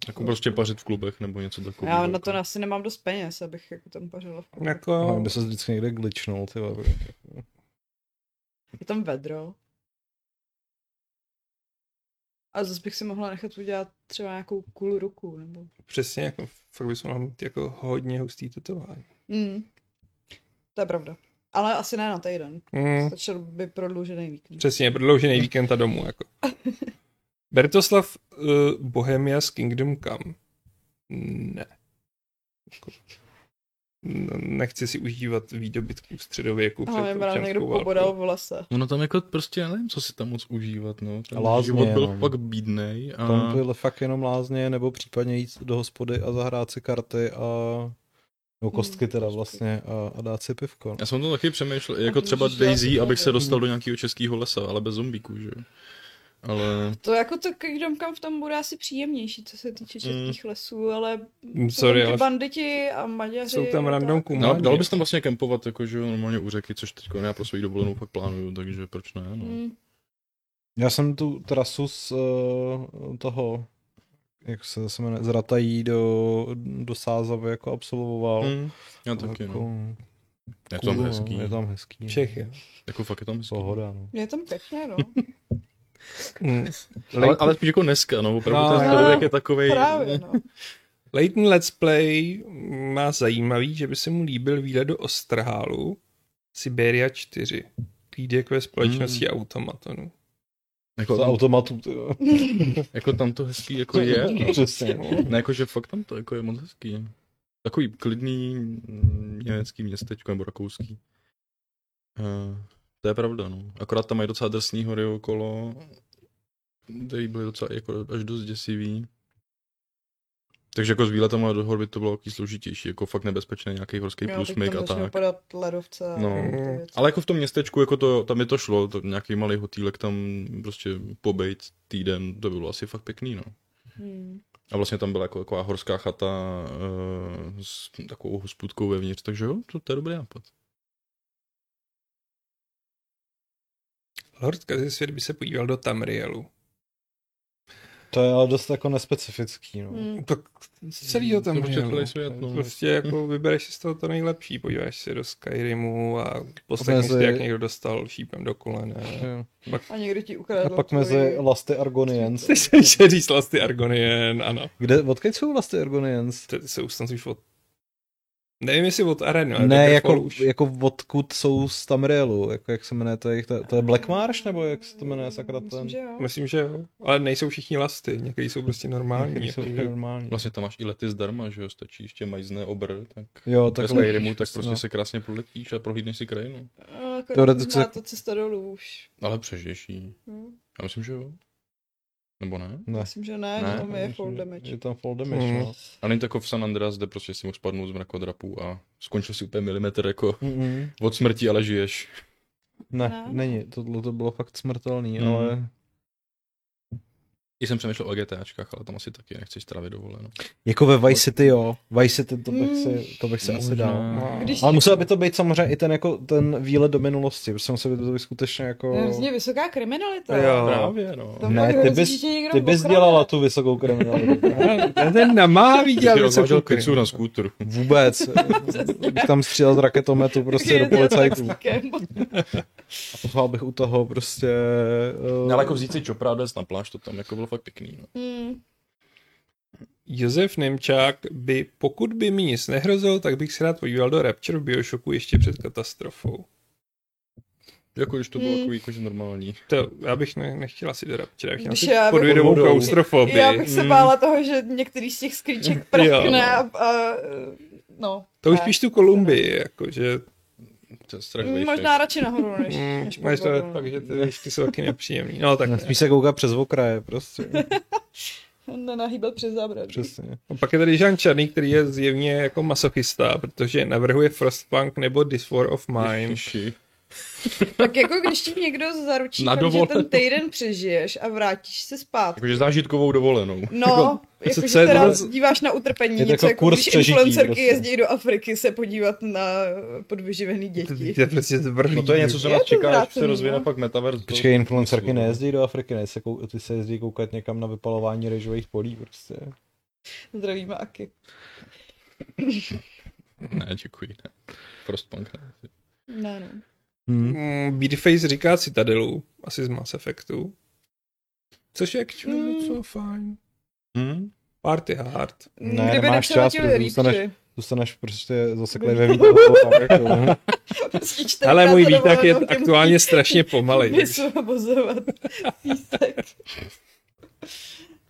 D: Jako prostě pařit v klubech nebo něco takového.
B: Já na to asi nemám dost peněz, abych jako tam pařila. v kruhu.
C: Hlavně
A: Jako,
C: by se vždycky někde glitchnul, ty vole.
B: Je tam vedro. A zase bych si mohla nechat udělat třeba nějakou cool ruku, nebo...
A: přesně, jako, fakt bychom mohli mít jako hodně hustý tetování.
B: Mm. To je pravda. Ale asi ne na týden.
A: Mm,
B: Stačil by prodloužený víkend.
A: přesně, prodloužený víkend a domů, jako. Bertoslav uh, Bohemia z Kingdom Come. Ne. Jako, n- nechci si užívat výdobytků středověku
B: Ale mě
A: před
B: právě někdo
A: občanskou válkou.
B: pobodal v lese.
D: Ono tam jako prostě, já nevím, co si tam moc užívat, no. Ten
C: Lázně
D: život byl
C: jenom.
D: fakt bídnej a...
C: Tam byly fakt jenom lázně, nebo případně jít do hospody a zahrát si karty a nebo kostky teda vlastně a, a dát si pivko.
D: Já jsem to taky přemýšlel, jako
B: to
D: třeba
B: můžeš dělat
D: Daisy,
B: i
D: abych se
B: tady.
D: dostal do nějakého českého lesa, ale bez zombíků, že jo. Ale
B: To jako to Kingdom Come v tom bude asi příjemnější, co se týče českých lesů, ale
A: Mm,
B: jsou tam
A: Sorry,
B: ty
A: ale
B: banditi a Maďaři.
A: jsou tam
B: a
A: random
B: tak.
A: kumáni.
D: no, dalo bys tam vlastně kempovat, jako že jo, normálně u řeky, což teď já pro svou dovolenou fakt plánuju, takže proč ne, no.
B: Mm.
C: Já jsem tu trasu z uh, toho, jak se zase jmenuje, z Ratají do, do Sázavy jako absolvoval.
D: Hmm, já taky, no.
C: no.
D: Je to tam hezký,
C: Je tam hezký.
A: Čechy.
D: jako fakt je tam hezký.
C: Pohoda, no.
B: Je tam pěkně, no.
A: Mm.
D: Ale, ale spíš jako dneska, no, opravdu
A: No,
D: ten
A: no.
D: středověk je takovej...
B: Právě, no.
A: Leighton Let's Play má zajímavý, že by se mu líbil výlet do Ostrhálu, Siberia 4, k jako ve společnosti hmm. Automatonu.
D: Jako,
C: To
D: tam,
C: automatu, ty jo.
D: jako tam to hezký jako je, no.
C: Přesně.
D: Ne, jako, že fakt tam to jako je moc hezký. Takový klidný mm, německý městečko, nebo rakouský. Uh, to je pravda, no. Akorát tam mají docela drsný hory okolo, který byly docela jako až dost děsivý. Takže jako s výletama do hor by to bylo taky složitější, jako fakt nebezpečný nějaký horský
B: Jo, teď
D: průsmyk
B: tam vlastně
D: a
B: začnou
D: tak.
B: padat ledovce a
D: No.
B: ty věci.
D: Ale jako v tom městečku, jako to, tam by to šlo, to, nějaký malý hotýlek tam prostě pobejt týden, to by bylo asi fakt pěkný, no.
B: Hmm.
D: A vlastně tam byla jako taková horská chata uh, s takovou hospůdkou vevnitř, takže jo, to, to je dobrý nápad.
A: Lord Kazi svět by se podíval do Tamrielu.
C: To je ale dost jako nespecifický. No.
B: Hmm.
A: Tak z celého
D: To prostě
A: Tamrielu.
D: celý svět, no.
A: Prostě jako vybereš si z toho to nejlepší, podíváš se do Skyrimu a poslechneš
C: Mezi-
A: si, jak někdo dostal šípem do kolene.
B: A někdo ti
C: A
B: ukradl
C: pak
B: tvoji-
C: mezi Lasty Argonians.
A: Chceš jsem že říct Lasty Argonien, ano.
C: Kde, odkud jsou Lasty Argonians?
A: Ty se usnazíš od... Nevím, jestli od Arenu, ale
C: Ne,
A: Daggerfall
C: jako,
A: už.
C: jako odkud jsou z Tamrielu, jako jak se jmenuje to, jejich- to, to je Black Marsh, nebo jak se to jmenuje sakra ten?
B: Hmm, Myslím, že jo.
A: Myslím, že jo. Ale nejsou všichni lasty, někdy jsou prostě normální.
C: Jsou
A: jakože-
C: normální.
D: Vlastně tam máš i lety zdarma, že jo, stačí ještě majzné obr, tak
C: Jo,
D: tak
C: tak
D: Skyrimu, tak prostě
C: no.
D: no. se krásně proletíš a prohlídneš si krajinu.
B: A akorát
C: Teoreticky- Hmm.
B: Má to cesta dolů už.
D: Ale přežiješ ji.
B: Hm.
D: Já myslím, že jo. Nebo ne?
C: Ne.
B: Myslím, že ne,
D: Ne,
B: ne tam je
C: Myslím,
B: full
C: že
B: damage.
C: Je tam full damage,
A: Mhm.
C: no.
D: A není to jako v San Andreas, kde prostě si mohl spadnout z mrakodrapu a skončil si úplně milimetr jako
C: Mm-mm.
D: od smrti, ale žiješ.
C: Ne,
B: Ne.
C: není, tohle to bylo fakt smrtelný,
D: Mm.
C: ale...
D: I jsem přemýšlel o GTAčkách, ale tam asi taky nechceš trávit dovolenou.
C: Jako ve Vice City, jo. Vice City, to bych
B: Mm.
C: si, to bych si asi
D: Možná.
C: dal.
A: No.
B: Když
C: Ale musel by to být samozřejmě i ten, jako, ten výlet do minulosti, protože musel by to být skutečně
B: To
C: jako...
B: je Hrozně vysoká kriminalita.
A: Jo.
D: Právě, no.
B: Tam
C: Ne,
B: pak
C: ty
B: hrozí,
C: bys-
B: že tě někdo
C: Ty bys
B: okrade.
C: dělala tu vysokou kriminalitu.
A: A ten namávý
D: Ty jsi
A: dělal
D: rozvážel
A: vysokou
D: klicu
A: kriminalitu.
D: na skútru.
C: Vůbec. Bych tam střílel z raketometu prostě do
B: Jezdil
C: policajtů.
B: taxíkem.
C: A poslal bych u toho prostě... eh,
D: Ale jako vzít si čopra a jít na pláž, to tam jako bylo fakt pěkný. No.
B: Hm.
A: Josef Nemčák by, pokud by mi nic nehrozilo, tak bych se rád podíval do Rapture v Bioshocku ještě před katastrofou.
D: Jako když to bylo
B: Hmm.
D: takový jakože normální.
A: To já bych ne, nechtěl asi do Rapture, já bych
B: Když
A: chtěl
B: já
A: asi
B: bych-
A: podvědomou
C: Podvodou.
A: klaustrofobii.
B: Já bych se
D: Hm.
B: bála toho, že některý z těch sklíček prchne a, a no.
A: To už
B: Ne.
A: píš tu Kolumbii, jakože
D: To je strach
B: Mm,
D: vejšek.
B: Možná radši nahoru, než,
A: mm,
B: než
A: máš
B: pod vodou,
A: to
B: no.
A: tak, že ty věšky jsou taky nepříjemný. No tak ne.
C: Spíš se kouká přes okraje, prostě.
B: Nenahýbat přes zábradlí.
C: Přesně.
A: A pak je tady Jean Černý, který je zjevně jako masochista, protože navrhuje Frostpunk nebo This War of Mine.
D: Ježiši.
B: Tak jako když ti někdo zaručí,
D: Na
B: fakt, že
D: dovolenou. Jako-
B: ten týden přežiješ a vrátíš se zpátky.
D: Jakože zážitkovou dovolenou.
B: No,
A: co-
B: jako,
A: co
B: že
A: je
B: teda
A: tohle
B: z- díváš na utrpení,
C: Je to
B: něco
C: jako
B: jako
C: kurz
B: když
C: přežití
B: influencerky
C: prostě.
B: jezdí do Afriky se podívat na podvyživený děti.
A: To je prostě zvrhlý.
D: No to je něco, co
B: Je
D: nás
B: to
D: čeká, až se
B: vrácený,
D: rozvine
B: no.
D: pak metaverse.
C: Počkej, influencerky nejezdí do Afriky, ne, se kou, ty se jezdí koukat někam na vypalování rejžových polí, prostě.
B: Zdravíme Aky.
D: Ne, děkuji. Ne. Frostpunk. Ne.
B: Ne, no.
C: Hmm.
A: Mm, Beatface říká Citadelu, asi z Mass Effectu. Což je actually
B: Mm.
A: docela fajn.
D: Hmm?
A: Party hard.
C: Ne,
B: Kdyby
C: nemáš čas,
B: nepřeletěl
C: protože zůstaneš-
B: rýpři.
C: Zůstaneš prostě zaseklej ve jako- výtahu. a tak, jo.
B: Prostě čtyřikrát
A: Ale můj
B: za
A: výtah je
B: dovolenou tě
A: aktuálně strašně
B: musí
A: pomalej.
B: Vysvobozovat písek.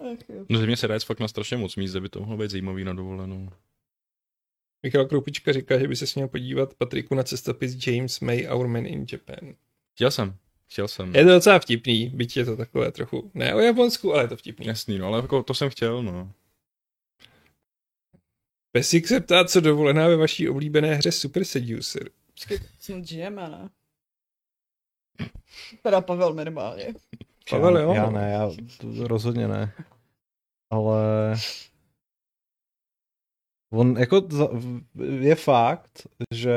B: Ach jo.
D: No země se dá jít fakt na strašně moc míst, by to mohlo být zajímavý na dovolenou.
A: Michal Kroupička říká, že by se měl podívat Patriku na cestopis James May Our Man in Japan.
D: Chtěl jsem. Chtěl jsem.
A: Je to docela vtipný, byť je to takové trochu, ne o Japonsku, ale je to vtipný.
D: Jasný, no, ale jako to jsem chtěl, no.
A: Pesík se ptá, co dovolená ve vaší oblíbené hře Super Seducer.
B: Počkej, to snad žijeme, ne? Teda Pavel minimálně.
A: Pavel,
C: já,
A: jo.
C: Já ne, já to rozhodně ne. Ale... On jako za- je fakt, že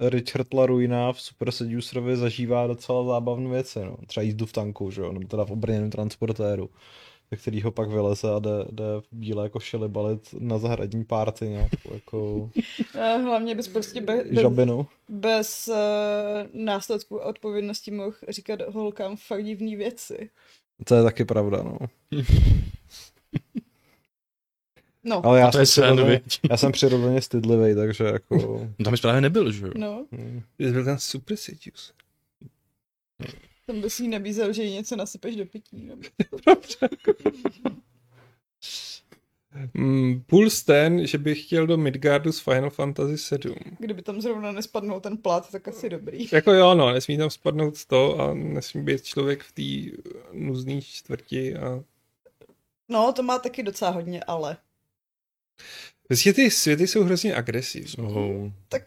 C: Richard LaRuina v Super Seducerovi zažívá docela zábavné věci, no. Třeba jízdu v tanku, že jo, nebo teda v obrněném transportéru, ze kterého pak vyleze a jde, jde v bílé košili balit na zahradní párty nějakou jako
B: A Hlavně bys prostě be, bez,
C: žabinu.
B: bez uh, následků a odpovědnosti mohl říkat holkám fakt divný věci.
C: To je taky pravda, no.
B: No,
C: Ale já,
D: to je
C: jsem, přirozeně,
D: sen,
C: já jsem přirozeně stydlivý, takže jako...
D: No, tam jsi právě nebyl, že jo?
B: no.
C: hm.
A: Ty jsi byl ten Super Seducer.
B: Tam bys jí nabízel, že jí něco nasypeš do pití. no. Nebo...
A: Mm, puls ten, že bych chtěl do Midgardu z Final Fantasy VII.
B: Kdyby tam zrovna nespadnul ten plát, tak asi dobrý.
A: Jako jo, no, nesmí tam spadnout to a nesmí být člověk v té nuzné čtvrti a
B: No, to má taky docela hodně, ale.
A: Prostě ty světy jsou hrozně agresivní.
D: Oh.
B: Tak-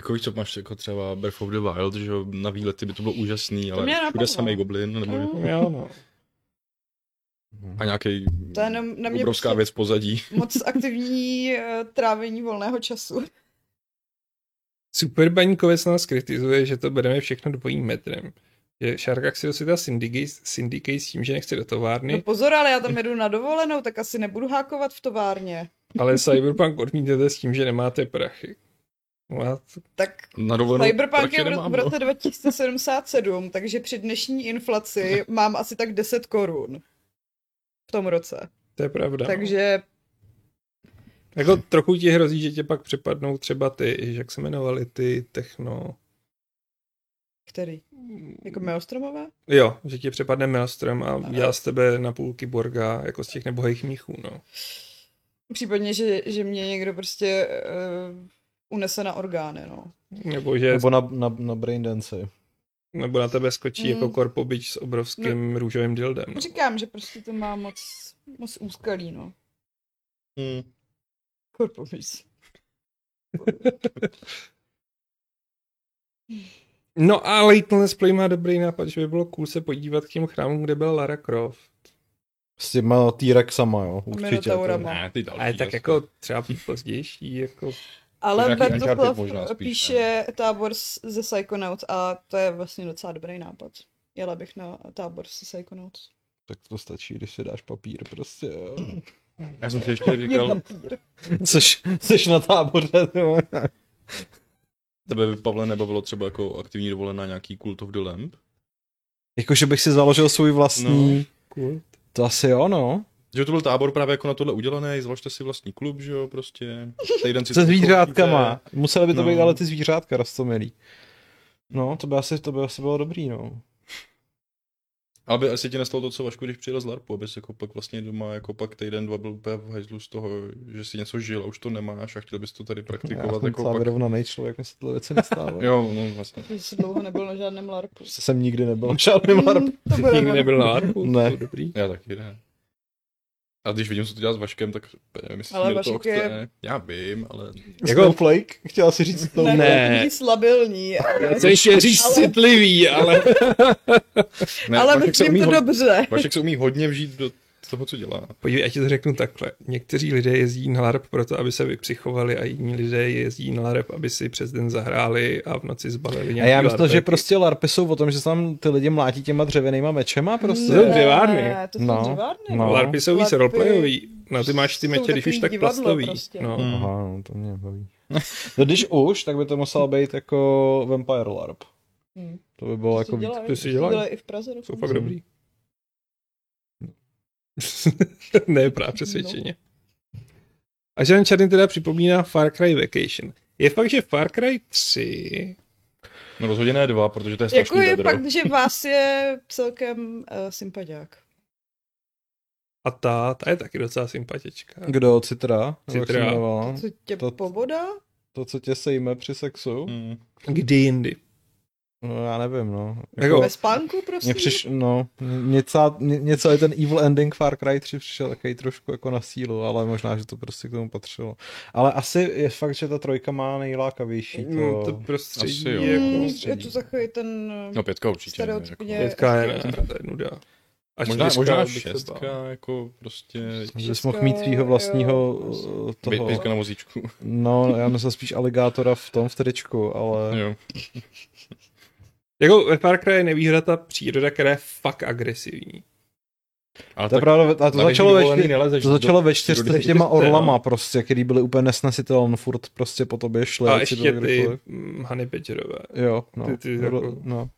D: Jako víš, co máš jako třeba Breath of the Wild, že jo, na výlety by to bylo úžasný, ale
B: mě Mm.
D: všude
B: napadlo.
D: samý goblin, nebo
B: Mm.
A: Jo, no.
D: a nějaký
B: To je jenom na mě
D: obrovská
B: prostě
D: věc pozadí.
B: moc aktivní eh, trávení volného času.
A: Super Baňkovec nás kritizuje, že to bereme všechno dvojím metrem. Že Sharkak si dosvětá Syndicate, Syndicate s tím, že nechce do
B: No
A: továrny,
B: pozor, ale já tam jedu na dovolenou, tak asi nebudu hákovat v továrně.
A: ale Cyberpunk odmítnete s tím, že nemáte prachy. No What?
B: Tak
D: Na dovolenou
B: Cyberpunk
D: prachy
B: je v, ro-
D: no, nemám,
B: v
D: no.
B: roce 2077, takže při dnešní inflaci mám asi tak 10 korun. V tom roce.
A: To je
D: No.
A: pravda. Takže...
B: Takže
A: Jako trochu ti hrozí, že tě pak přepadnou třeba ty, jak se jmenovali ty techno...
B: který? Jako Meostromové?
A: Jo, že tě přepadne Maelstrom a udělá z tebe na půl kyborga, jako z těch nebohých mnichů, no.
B: Případně, že, že mě někdo prostě uh, unese na orgány, no.
A: Nebo že
C: Nebo na, na, na Braindance.
A: nebo na tebe skočí
B: Mm.
A: mm. jako korpobič s obrovským no. růžovým dildem. No.
B: Říkám, že prostě to má moc, moc úskalí, no.
C: Hmm.
B: Korpovis.
A: no a Leighton's Play má dobrý nápad, že by bylo cool se podívat k těm chrámům, kde byla Lara Croft.
C: S těma t sama, jo, určitě. jako,
B: Minotaurama.
D: Ne, ty další.
A: Ale tak
D: jasně.
A: jako třeba pozdější, jako...
B: Ale
D: Nějaký Uncharted
B: Bertoklov
D: možná spíš,
B: píše tábor s- ze Psychonauts a to je vlastně docela dobrý nápad. Jela bych na tábor se Psychonauts.
C: Tak to stačí, když si dáš papír prostě, jo.
D: Já jsem si ještě říkal,
B: Papír.
C: Což, seš na táboře, jo.
D: tebe by Pavle nebavilo třeba jako aktivní dovolená nějaký Cult of the Lamp?
C: Jakože bych si založil svůj vlastní, no.
A: Cool.
C: to asi jo, no.
D: Že to byl tábor právě jako na tohle udělaný, založte si vlastní klub, že jo, prostě. Týden si
C: Se
D: to
C: zvířátkama. Museli by to
D: No.
C: být ale ty zvířátka rostomilý. No, to by asi, to by asi bylo dobrý, no.
D: Aby asi ti nestalo to, co Vašku, když přijel z LARPu, abys jako pak vlastně doma jako pak týden, dva byl úplně v hajzlu z toho, že si něco žil a už to nemáš a chtěl bys to tady
C: Já
D: praktikovat
C: jsem
D: jako
C: celá
D: pak...
C: vyrovnaný člověk, mi se tyhle věci nestávají.
D: Jo, no vlastně.
B: Že jsi dlouho nebyl na žádném LARPu.
C: jsem nikdy nebyl v žádném LARPu.
B: Mm, to bude
A: Nikdy nebyl na Larku,
C: Ne.
A: to dobrý.
D: Já taky ne. A když vidím, co to dělá s Vaškem, tak nevím, jestli
B: Ale
D: ale do toho
B: Vašek je-
D: chce. Já vím, ale...
A: Jako-
C: Snowflake? Chtěla si říct to?
B: Ne,
A: Ne.
B: ne. slabilní, ale,
A: Já jsem ještě říct
B: Ale-
A: citlivý, ale...
D: Ne,
B: ale
D: Vašek, se
B: myslím
D: umí
B: to
D: hodně,
B: dobře.
D: Vašek se umí hodně vžít do toho, co dělá.
A: Podívej, já ti to řeknu takhle. Někteří lidé jezdí na LARP proto, aby se vypsychovali a jiní lidé jezdí na LARP, aby si přes den zahráli a v noci zbalili
C: A
A: nějaký
C: já myslel, že
A: larpek.
C: prostě LARPy jsou o tom, že se tam ty lidi mlátí těma dřevěnýma mečema prostě.
A: Ne. dřevárny.
B: Ne, to jsou
C: No.
B: dřevárny.
C: No.
A: LARPy jsou víc
B: Larpy
A: roleplayový. Na ty máš ty
B: jsou
A: meče, když
B: takový
A: už tak
B: divadlo
A: plastový.
B: prostě.
A: No.
D: Mm.
C: Aha, no, to mě baví. No když už, tak by to musel být jako Vampire LARP.
B: Hm.
C: To by bylo
B: To
C: jako... víc-
B: dělají,
A: to
B: to
A: si
B: si
A: dělají.
B: dělají i v Praze.
A: Jsou
B: dokonce.
C: Hmm.
A: fakt dobrý. ne,
B: No.
A: právě přesvědčeně. A Jean Chardin teda připomíná Far Cry Vacation. Je fakt, že Far Cry 3
D: No rozhodně ne dva, protože to je
B: Jako
D: strašný
B: je
D: vedro.
B: fakt, že vás je celkem uh, sympatiák.
A: a ta, ta je taky docela sympatička.
C: Kdo? Citra? Nebo jak se
A: Citra.
C: jmenovala?
B: Co tě
C: No, To-
B: povoda?
C: To, co tě sejme při sexu?
A: Hmm.
D: Mm.
A: Kdy jindy.
C: No já nevím, no.
A: Jako,
B: Ve spánku, prosím?
C: Mně přiš, no, mě, celá, mě, mě celý ten evil ending Far Cry 3 přišel takový trošku jako na sílu, ale možná, že to prostě k tomu patřilo. Ale asi je fakt, že ta trojka má nejlákavější. To...
A: no, to
D: Asi
A: prostředí
D: jo.
A: je jako...
B: Mm, je to takový ten
D: No pětka určitě. Ne, jako.
B: stereotypně...
A: Pětka je, ne, to je nuda. Až
D: Možná,
A: čtyřka
D: možná
A: bych se bál.
D: šestka, jako prostě...
C: že jsi mohl
B: Česká,
C: mít svého vlastního
B: jo, vlastně.
C: eh,
D: Toho.
C: toho.
D: Pětka na vozíčku.
C: No, já myslím spíš aligátora v tom v tričku,
A: No,
C: ale
D: jo.
A: Jako ve Far Cry je nevýhra ta příroda, která je fakt agresivní.
D: Ale
C: to je pravda, a to začalo ve čtyř-
D: čtyři,
C: to začalo ve čtyřce
D: přírody.
A: no.
C: těma orlama prostě, který byly úplně nesnesitelné, furt prostě po tobě šli.
A: A
C: ať si
A: ještě
C: bylo
A: ty
C: kdekoliv.
A: mm, Hany Pečerové.
C: Jo, no.
A: ty- ty
C: Bylo-
A: jako-
C: no.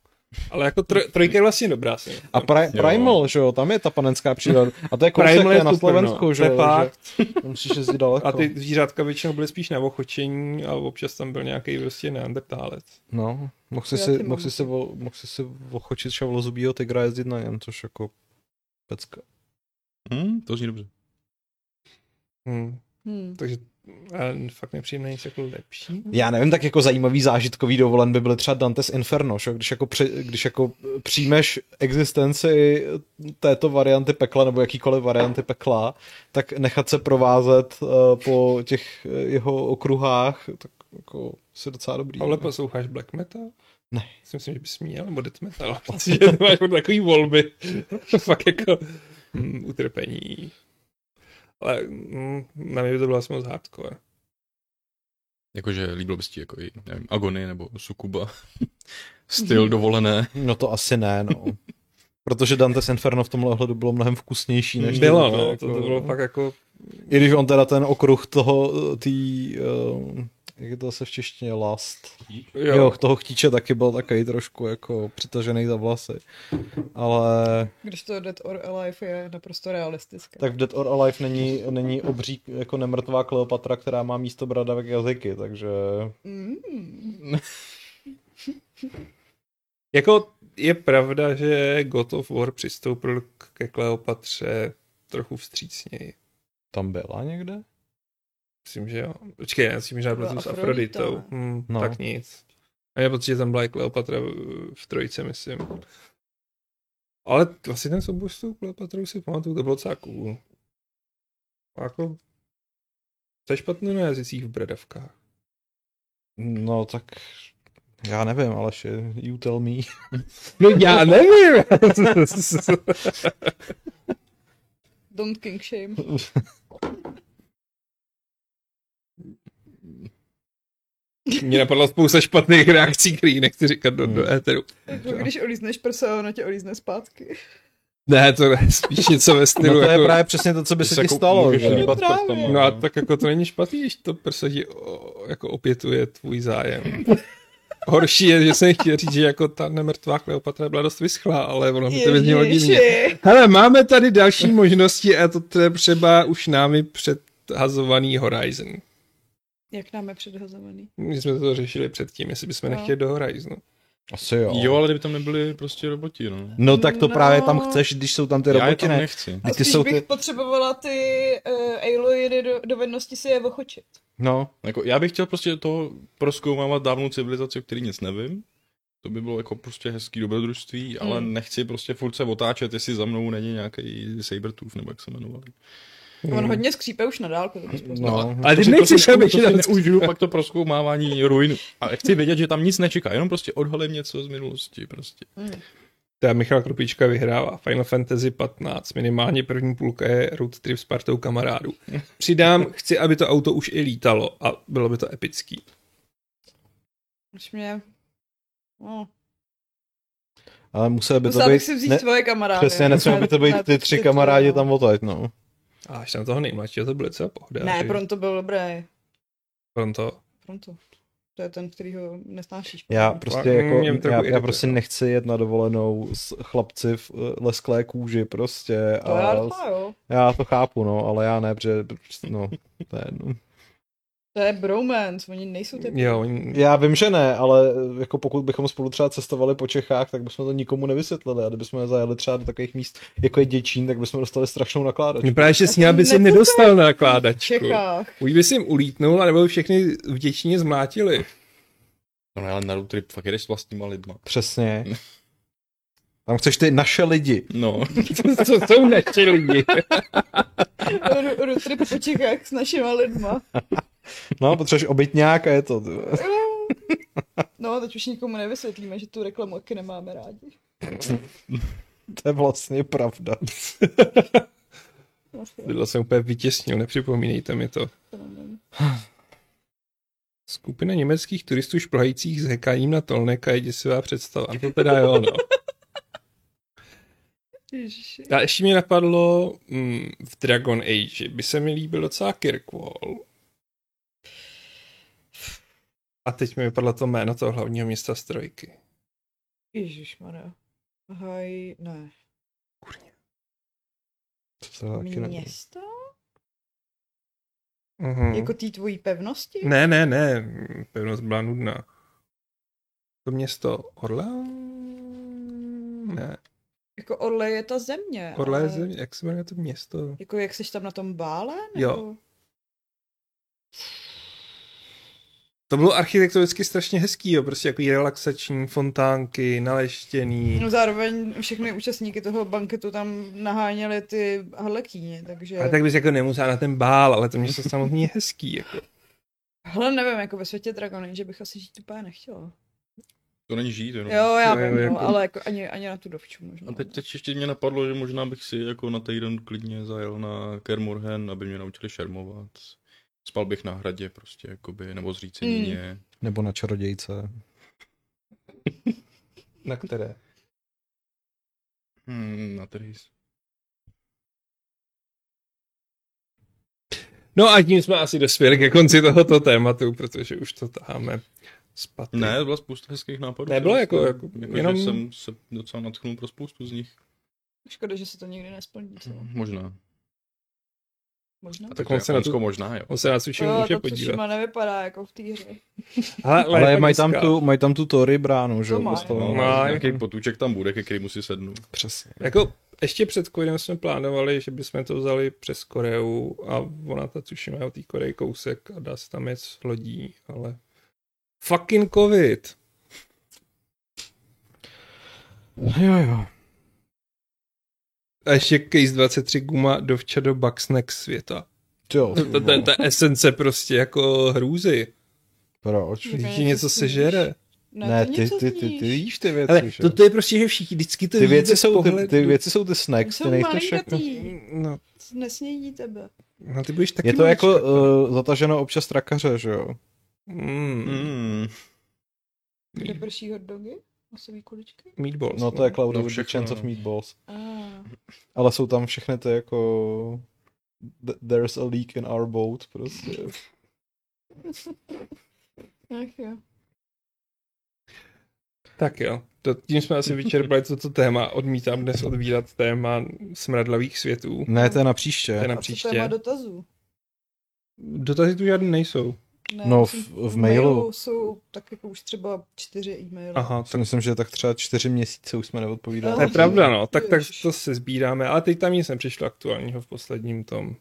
A: Ale jako tro, trojka je vlastně dobrá. Si myslím.
C: A pra-
D: Jo.
C: Primal, že jo, tam je ta panenská příroda. A to je kousek
A: Primal je
C: na
A: super,
C: Slovensku,
A: no.
C: že
A: To je
C: jo.
A: fakt.
C: Že musíš jezdit daleko.
A: A ty zvířátka většinou byly spíš na ochočení a občas tam byl nějaký prostě neandertálec.
C: No, mohl si,
B: Já
C: si,
B: ty
C: mohl si,
B: mamuty.
C: si, vo- mohl si, si ochočit šavlozubího tygra a jezdit na něm, což jako pecka.
D: Hm, to zní dobře.
A: Hmm.
B: Hmm.
A: Takže a fakt nepřijde nic jako lepší.
C: Já nevím, tak jako zajímavý zážitkový dovolen by byl třeba Dantes Inferno, že? jo, když jako, při, když jako přijmeš existenci této varianty pekla nebo jakýkoliv varianty pekla, tak nechat se provázet eh, po těch eh, jeho okruhách, tak jako si docela dobrý.
A: Pavle, posloucháš black metal?
C: Ne.
A: Já Si myslím, že bys měl, nebo death metal. Pocit, že máš furt takový volby. fakt jako, mm, utrpení. Ale mm, na mě by to bylo asi moc hardcore.
D: Jakože líbilo by se ti jako i, nevím, Agony nebo Sukuba. Styl dovolené.
C: No to asi ne, no. Protože Dante's Inferno v tomhle ohledu bylo mnohem vkusnější než
A: Bylo,
C: tohle,
A: no, to, to bylo fakt jako
C: I když on teda ten okruh toho, eh, tý, ehm, jak je to zase v češtině, last. Jo. jo, toho chtíče taky byl takový trošku jako přitažený za vlasy. Ale
B: Když to Dead or Alive je naprosto realistické.
C: tak v Dead or Alive není, není obří jako nemrtvá Kleopatra, která má místo bradavek jazyky, takže...
B: Mm.
A: Jako je pravda, že God of War přistoupil k- ke Kleopatře trochu vstřícněji.
C: Tam byla někde?
A: Myslím, že jo. Počkej, já si možná
B: byla
A: pletu s
B: Afrodita,
A: Afroditou. Hmm, no.
C: No.
A: Tak nic. A já protože tam byla i Kleopatra v- v trojce, myslím. Ale t- vlastně ten souboj s tou Kleopatrou si pamatuju, to bylo docela cool. A jako... To je špatné na jazycích v bradavkách.
C: No tak... Já nevím, Aleši, you tell me.
A: No já nevím!
B: Don't king shame.
A: Mě napadla spousta špatných reakcí, který nechci říkat do,
C: Hmm.
A: do éteru.
B: Jako když olízneš prsa, ono tě olízne zpátky.
A: Ne, to ne, spíš něco ve
C: No
A: stylu
C: to je
A: jako...
C: právě přesně to, co by
D: že
C: se ti
D: jako
C: stalo,
D: můžeš
C: že?
D: líbat
B: Právě.
D: prstama,
A: No a tak jako to není špatný, když to prsa ti o, jako opětuje tvůj zájem. Horší je, že jsem chtěl říct, že jako ta nemrtvá Kleopatra byla dost vyschlá, ale ono mi to vyznělo divně.
B: Ježiši.
A: Hele, máme tady další možnosti a to je třeba už námi předhazovaný Horizon.
B: Jak nám je předhazovaný.
A: My jsme to řešili předtím, jestli bychom
B: No.
A: nechtěli do Horizonu.
C: Asi jo.
D: Jo, ale kdyby tam nebyli prostě roboti, no.
C: No tak to
B: No.
C: právě tam chceš, když jsou tam ty
D: Já je
C: roboti,
D: tam
C: ne?
D: nechci.
C: A
B: A
C: ty
B: spíš
C: jsou
B: bych
C: ty...
B: potřebovala ty uh, Aloy do, dovednosti si je ochočit.
C: No,
D: Jako, já bych chtěl prostě to proskoumávat dávnou civilizaci, o který nic nevím. To by bylo jako prostě hezký dobrodružství, mm.
A: Hmm.
D: ale nechci prostě furt se otáčet, jestli za mnou není nějaký Sabertooth, nebo jak se jmenoval.
B: On
C: Hmm.
B: hodně skřípe už na dálku. tak spoustu.
C: no.
A: Ale ty nechceš, aby ti tam
D: neužiju pak to proskoumávání ruin. A chci vědět, že tam nic nečeká, jenom prostě odhalím něco z minulosti prostě.
A: Teda Michal Krupička vyhrává Final Fantasy 15, minimálně první půlka je road trip s partou kamarádů. Přidám, chci, aby to auto už i lítalo a bylo by to epický.
B: Už mě... No.
C: Ale musel by to
B: Musela
C: být...
B: bych si vzít
C: ne-
B: tvoje kamarády.
C: Přesně, nesměl by to být ty tři kamarádi tam odtaď, no.
A: A až tam toho nejmladšího, to bylo docela pohoda.
B: Ne,
A: že?
B: Pronto byl dobrý.
A: Pronto.
B: Pronto. To je ten, který ho nesnášíš.
C: Já prostě
A: Mm,
C: jako,
A: mě trochu
C: já, já
A: irituje.
C: prostě nechci jet na dovolenou s chlapci v eh, lesklé kůži prostě.
B: To já
C: A
B: docela, jo.
C: já to chápu, no, ale já ne, protože, no, to je, no.
B: To je bromance, oni nejsou ty...
A: Jo, oni-
C: Já vím, že ne, ale eh, jako pokud bychom spolu třeba cestovali po Čechách, tak bychom to nikomu nevysvětlili. A kdybychom zajeli třeba do takových míst, jako je Děčín, tak bychom dostali strašnou nakládačku.
A: Mě právě, že s ní,
B: Já
A: aby se
B: jsem
A: nedostal na
B: v
A: nakládačku.
B: Čechách.
A: Už by si jim ulítnul, anebo by všechny vděčně zmlátili.
D: No ale na road trip fakt jdeš s vlastníma lidma.
C: Přesně. Tam chceš ty naše lidi.
D: No,
A: To, to jsou naši lidi.
B: Ru- Road trip po Čechách s našima lidma.
C: No, potřebuješ obytňák a je to. ty.
B: No, teď už nikomu nevysvětlíme, že tu reklamu taky nemáme rádi.
C: To je vlastně pravda.
B: Vlastně,
A: Tohle jsem úplně vytěsnil, nepřipomínejte mi to.
B: to nevím.
A: Skupina německých turistů šplhajících s hekáním na Tolneka je děsivá představa. To teda jo, no.
B: Ježiši.
A: A ještě mě napadlo mm, v Dragon Age, by se mi líbil docela Kirkwall. A teď mi vypadlo to jméno toho hlavního města z trojky.
B: Ježišmarja. Haj, ne.
C: To já taky nevím.
B: Město?
A: Mhm.
B: Jako tý tvojí pevnosti?
A: Ne, ne, ne, pevnost byla nudná. To město Orla? Ne,
B: Jako Orle je ta země.
A: Orla je
B: ale-
A: země, jak se jmenuje to město?
B: Jako jak seš tam na tom bále? Nebo...
A: Jo. To bylo architektonicky strašně hezký, jo, prostě jako relaxační fontánky, naleštěný.
B: No zároveň všechny účastníky toho banketu tam naháněli ty harlekíni, takže...
A: Ale tak bys jako nemusel na ten bál, ale to město samotný je hezký, jako.
B: Hele, nevím, jako ve světě Dragon Age bych asi žít úplně nechtěla.
D: To není žít, jenom.
B: Jo, já
A: No. Jo, jo,
B: vím,
A: jako-
B: no, ale jako ani, ani na tu dovču možná.
D: A teď, teď ještě mě napadlo, že možná bych si jako na týden klidně zajel na Kermorhen, aby mě naučili šermovat. Spal bych na hradě prostě, jakoby, nebo
A: Hmm.
D: zřícenině. Mm.
C: Nebo na čarodějce.
A: Na které?
D: Hmm, na trhys.
A: No a tím jsme asi dospěli ke konci tohoto tématu, protože už to taháme spat.
D: Ne, byla spousta hezkých nápadů.
A: Nebylo
D: si
A: jako-
D: myslím.
A: jako-
D: jako jenom...
A: jenom-
D: že jsem se docela natchnul pro spoustu z nich.
B: Škoda, že se to nikdy nesplní, co?
D: No,
C: Hmm.
D: Možná.
B: Možná.
D: A
A: Tak
D: tak
A: on se na
D: Japonsko
A: tu-
D: možná, jo.
A: On se nás už
B: Jo,
A: může
B: No, to
A: podívat.
B: Tsushima nevypadá jako v té hře.
A: Ale, jako
C: Ale mají tam, tu, mají tam tu Tory bránu, že
B: To
C: jo?
B: mají.
D: No,
C: doslova.
A: No,
D: nějaký potůček tam bude, ke kterému si sednu.
C: Přesně.
A: Jako ještě před covidem jsme plánovali, že bychom to vzali přes Koreu a ona ta Tsushima je od té Koreji kousek a dá se tam jet s lodí, ale fucking covid.
C: Jo, jo.
A: A ještě Case 23 Guma dovča do Bugsnack světa.
C: Jo,
A: To- To to- to je esence prostě jako hrůzy.
C: proč?
A: Když ti
B: něco
A: něco
B: sníš.
A: sežere.
C: Ne,
B: No, to
C: ty,
B: něco
C: ty, ty, ty,
B: zníš.
C: víš ty věci,
A: Ale
C: že?
A: to, to je prostě, že všichni vždycky to
C: ty,
A: vidí
C: věci
A: bez
C: jsou ty,
A: pohledu.
C: ty věci jsou ty snacks, ty
B: Jsou
C: nejste všechno.
B: malinkatý,
A: No,
B: nesnědí tebe.
C: Hmm.
A: no ty budeš taky
C: Je to
A: malička.
C: jako uh, zataženo občas trakaře, že jo?
A: Mm,
D: Mm.
B: Kde prší hot dogy? Masový kuličky?
A: meatballs.
C: No to je Cloud
D: No
C: of the
D: všechno,
C: Chance
D: no.
C: of Meatballs.
B: A,
C: Ale jsou tam všechny ty jako... th- There's a leak in our boat, prostě.
B: ach jo.
A: Tak jo, to, tím jsme asi vyčerpali toto téma. Odmítám dnes odvírat téma smradlavých světů.
C: Ne, to je
A: To
C: na
A: je
C: příště.
A: na
B: A co téma
A: příště.
B: dotazů?
A: Dotazy tu žádný nejsou.
B: Ne,
C: No,
B: myslím,
C: v- v mailu.
B: jsou tak jako už třeba čtyři e-maily.
A: Aha,
C: Si
A: tak
C: myslím, že tak třeba čtyři měsíce už jsme neodpovídali.
A: to je
B: No.
A: pravda, no. Tak, tak
B: Ježiš.
A: to se sbíráme, ale teď tam nic nepřišlo aktuálního v posledním tom.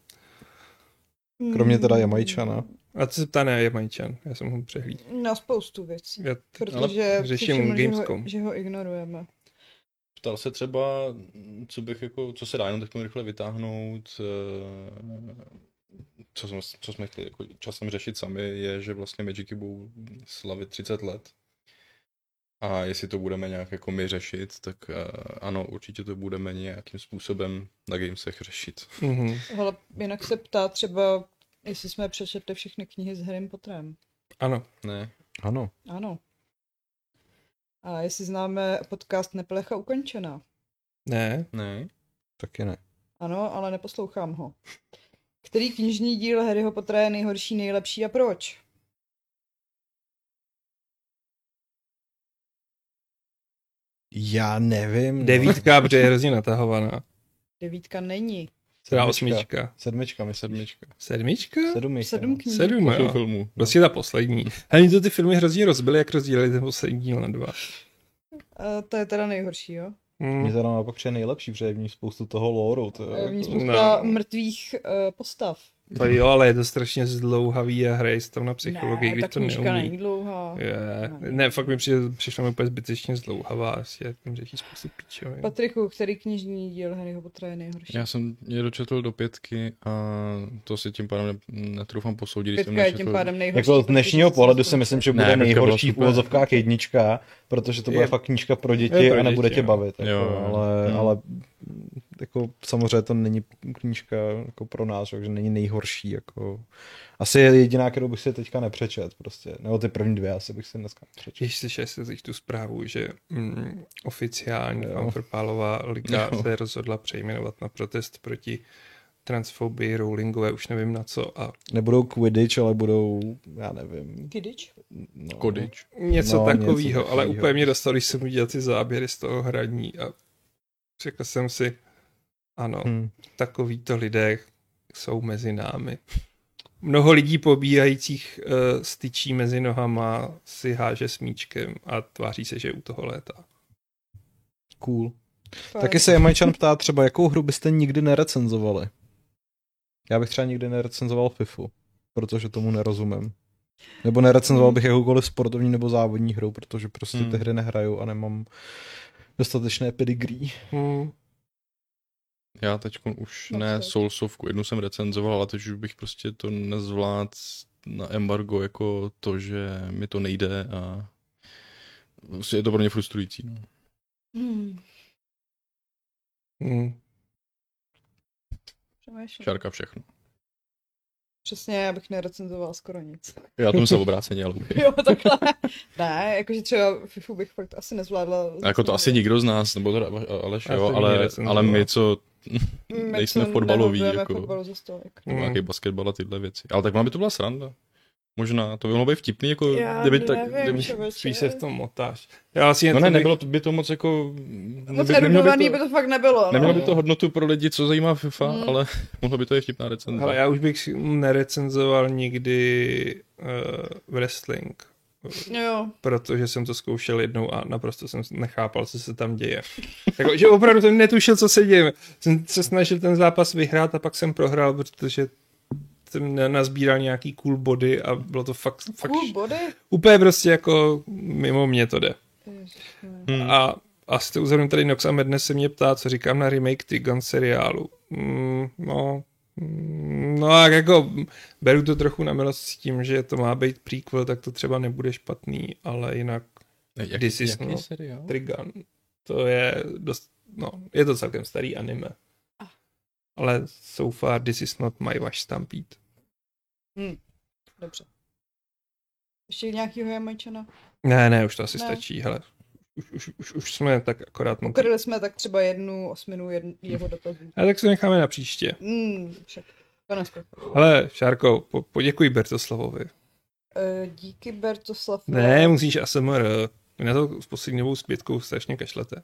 B: Hmm.
C: Kromě teda Jamajčana.
A: A co se ptá, ne, je Majčan, já jsem ho přehlídl.
B: Na spoustu věcí.
A: Já t-
B: Protože
A: řeším
B: si všiml, Že,
A: Gamescom.
B: ho, že ho ignorujeme.
D: Ptal se třeba, co bych jako, co se dá jenom takhle rychle vytáhnout, eh, co jsme, co jsme chtěli jako časem řešit sami, je, že vlastně Magicy budou slavit 30 let. A jestli to budeme nějak jako my řešit, tak eh, ano, určitě to budeme nějakým způsobem na Gamesech řešit.
A: mhm.
B: Hele, jinak se ptá třeba, jestli jsme přečetli všechny knihy s Harrym Potterem.
A: Ano,
D: Ne?
C: Ano.
B: Ano. A jestli známe podcast Neplecha ukončená.
A: ne,
D: Ne?
C: Taky ne.
B: Ano, ale neposlouchám ho. Který knižní díl Harryho Pottera je nejhorší, nejlepší a proč?
C: Já nevím. no.
A: devítka, protože je hrozně natahovaná.
B: Devítka není.
A: Teda
C: Sedmička.
A: osmička.
C: Sedmička, myslím.
D: Sedmička.
A: Sedmička?
C: Sedmička.
B: Sedm knih.
A: Sedm,
D: Jsou
A: jo.
D: filmů.
A: Prostě ta poslední. Hlavně to ty filmy hrozně rozbily, jak rozdělili ten poslední díl na dva.
B: A Eh, to je teda nejhorší, jo?
C: Mě
A: Mm.
C: teda naopak přijde nejlepší, protože je v ní spoustu toho lóru. To
B: Je
C: je
B: Eh, v ní
C: jako...
B: spousta
A: No.
B: mrtvých eh, postav.
A: To jo, ale je to strašně zdlouhavý a hraje se tam na psychologii,
B: ne,
A: když
B: ta
A: to
B: knížka
A: neumí.
B: není No. dlouhá.
A: Je.
B: Ne.
A: Ne, fakt mi přijde, přišla mi úplně zbytečně zdlouhavá, asi jak tam řeší spoustu píčovin.
B: Patriku, který knižní díl Harryho Pottera je nejhorší?
D: Já jsem je dočetl do pětky a to si tím pádem ne- netroufám posoudit, když jsem
B: Pětka je tím
D: nečetl.
B: pádem nejhorší.
C: Jako z dnešního
B: protože
C: pohledu
B: se
C: si myslím, že
D: Ne,
C: bude
D: teďka byla
C: nejhorší v
D: super.
C: úvozovkách jednička, protože to bude
A: Je-
C: fakt knížka pro
A: je
C: děti
A: pro
C: a nebude
A: děti,
C: tě
A: no.
C: bavit. Jako,
D: Jo, jo.
C: ale,
D: Hmm.
C: ale jako, samozřejmě to není knížka jako pro nás, takže není nejhorší. Jako. Asi je jediná, kterou bych si teďka nepřečet. Prostě. Nebo ty první dvě asi bych si dneska nepřečet.
A: Když slyšel jste teď tu zprávu, že mm, oficiálně
C: Jo.
A: Fanfrpálová liga
D: Jo.
A: se rozhodla přejmenovat na protest proti transfobii Rowlingové, už nevím na co a
C: Nebudou Quidditch, ale budou, já nevím.
B: Quidditch?
C: No.
D: Kodič.
A: něco
C: No,
A: no,
C: něco
A: takového, ale
C: takovýho.
A: úplně mě dostal, když jsem viděl ty záběry z toho hraní a řekl jsem si, ano,
D: no.
C: Hm.
A: takovýto lidé jsou mezi námi. Mnoho lidí pobíhajících uh, styčí mezi nohama si háže smíčkem a tváří se, že u toho létá.
C: Cool.
B: Fakt.
C: Taky se Jamajčan ptá třeba, jakou hru byste nikdy nerecenzovali. Já bych třeba nikdy nerecenzoval FIFU, protože tomu nerozumím. Nebo nerecenzoval
B: Hmm.
C: bych jakoukoliv sportovní nebo závodní hru, protože prostě
D: Hmm.
C: ty hry nehraju a nemám dostatečné pedigree.
A: Hmm.
D: Já teď už
B: No,
D: ne
B: co?
D: Soulsovku, jednu jsem recenzoval, ale teď už bych prostě to nezvládl na embargo jako to, že mi to nejde a prostě je to pro mě frustrující. No.
B: Hmm.
A: Hmm.
B: přemýšlím.
D: Šárka všechno.
B: Přesně, já bych nerecenzoval skoro nic.
D: Já to myslím obráceně, ale okay.
B: Jo, takhle. ne, jakože třeba FIFU bych fakt asi nezvládla.
D: Jako to asi nikdo z nás, nebo teda Aleš,
A: Já
D: jo,
A: to nikdy
D: ale,
A: nerecenzoval.
D: ale my, co
B: Mm,
D: nejsme
B: jako
D: fotbaloví,
B: nehodujeme
D: jako.
B: fotbalu za stolik.
A: Hmm.
D: nějaký basketbal a tyhle věci. Ale tak vám by to byla sranda. Možná, to by mohlo být vtipný, jako
B: Já
D: kdyby
B: nevím,
D: tak...
B: kdyby-
D: kdyby...
B: člověče.
A: Spíš se v tom motáš. Já vlastně
D: No
A: to
D: ne,
A: bych-
D: nebylo to- by to moc jako...
B: Moc
D: neby- nemělo by
B: erudovaný by
D: to-
B: to fakt nebylo.
D: Nemělo
B: No.
D: by to hodnotu pro lidi, co zajímá FIFA,
B: Hmm.
D: ale mohlo by to je vtipná recenze.
A: Ale já už bych si nerecenzoval nikdy uh, wrestling,
B: vlastně Jo.
A: protože jsem to zkoušel jednou a naprosto jsem nechápal, co se tam děje. Jako, že opravdu jsem netušil, co se děje. Jsem se snažil ten zápas vyhrát a pak jsem prohrál, protože jsem na- nazbíral nějaký cool body a bylo to fakt, fakt
B: Cool body.
A: úplně prostě jako mimo mě to jde.
B: Ježišmarja.
D: Hmm.
A: A asi to uzavřím tady Nox a Mednes se mě ptá, co říkám na remake Trigon seriálu. Mm, no, mm, no a jako mm, beru to trochu na milost s tím, že to má být prequel, tak to třeba nebude špatný, ale jinak
D: Jak,
A: This is
D: jaký
A: no.
D: seriál?
A: Trigon, to je dost, no, je to celkem starý anime. Ale so far this is not my wash stampede.
B: Dobře. Ještě nějakýho jamajčana?
A: Ne, ne, už to asi
B: Ne.
A: ne. stačí, hele. Už, už, už, už jsme tak akorát
D: No.
A: moc.
B: Ukryli jsme tak třeba jednu osminu jedn, jeho dotazů.
A: A tak se necháme na příště.
B: Mm, však. To neskoro.
A: Hele, Šárko, po, poděkuji Bertoslavovi.
B: Eh, díky Bertoslav.
A: Ne, musíš ASMR. Vy na to s poslední dobou s Bětkou strašně kašlete.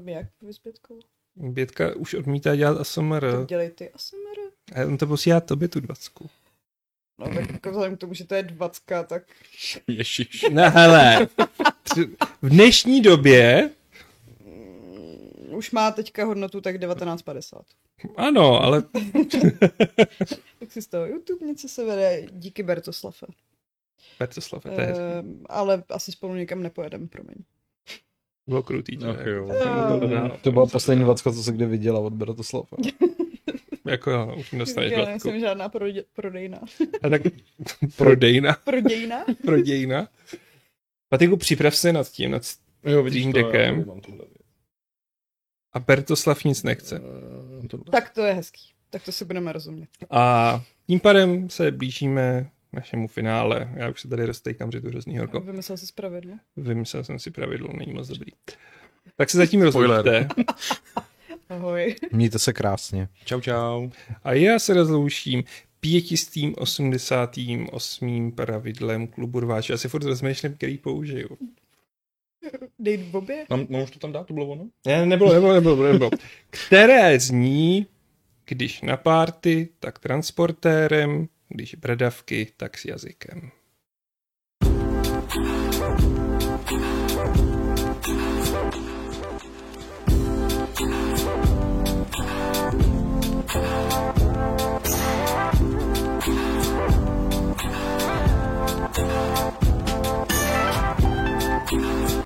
B: Uh, jak vyspětkou?
A: Bětka už odmítá dělat ASMR.
B: Tak dělej ty ASMR.
A: A on to posílá tobě tu dvacku.
B: No tak jako vzhledem k tomu, že to je dvacka, tak
D: Ježiš.
A: Ne, hele. V dnešní době,
B: mm, už má teďka hodnotu tak 1950.
A: ano, ale
B: Tak si z toho YouTube něco se vede díky Bertoslafe.
A: Bertoslav, to je hezký.
B: Uh, ale asi spolu nikam nepojedeme, promiň.
A: bylo krutý. to
D: Ach
A: je.
D: jo.
A: No,
C: To byla poslední dvacka, co se kde viděla od Bratislava.
A: Jako jo, už mi dostaneš
B: Já
A: dvacku.
B: nejsem žádná prode- prodejná.
A: A tak prodejna,
B: Prodějná?
A: prodějna. Patiku, připrav se nad tím, nad...
D: Jo,
A: Dream
D: to, já
A: Deckem.
D: nemám tuhle věc.
A: a Bertoslav nic nechce.
D: Eh, to-
B: Tak to je hezký. Tak to si budeme rozumět.
A: A tím pádem se blížíme našemu finále. Já už se tady roztejkám, že je to hrozný horko.
B: Vymyslel si spravedlně.
A: Vymyslel jsem si pravidlo, není moc dobrý. Tak se zatím
D: Spoiler.
A: rozloučte.
B: Ahoj.
C: Mějte se krásně.
D: Čau, čau.
A: A já se rozloučím 588. pravidlem klubu rváče. Já si furt rozmýšlím, který použiju.
B: Dej Bobě.
D: Mám, mám už to tam dát, to bylo ono?
A: Ne, nebylo, nebylo, nebylo, nebylo. Které zní, když na párty, tak transportérem, když bradavky, tak s jazykem.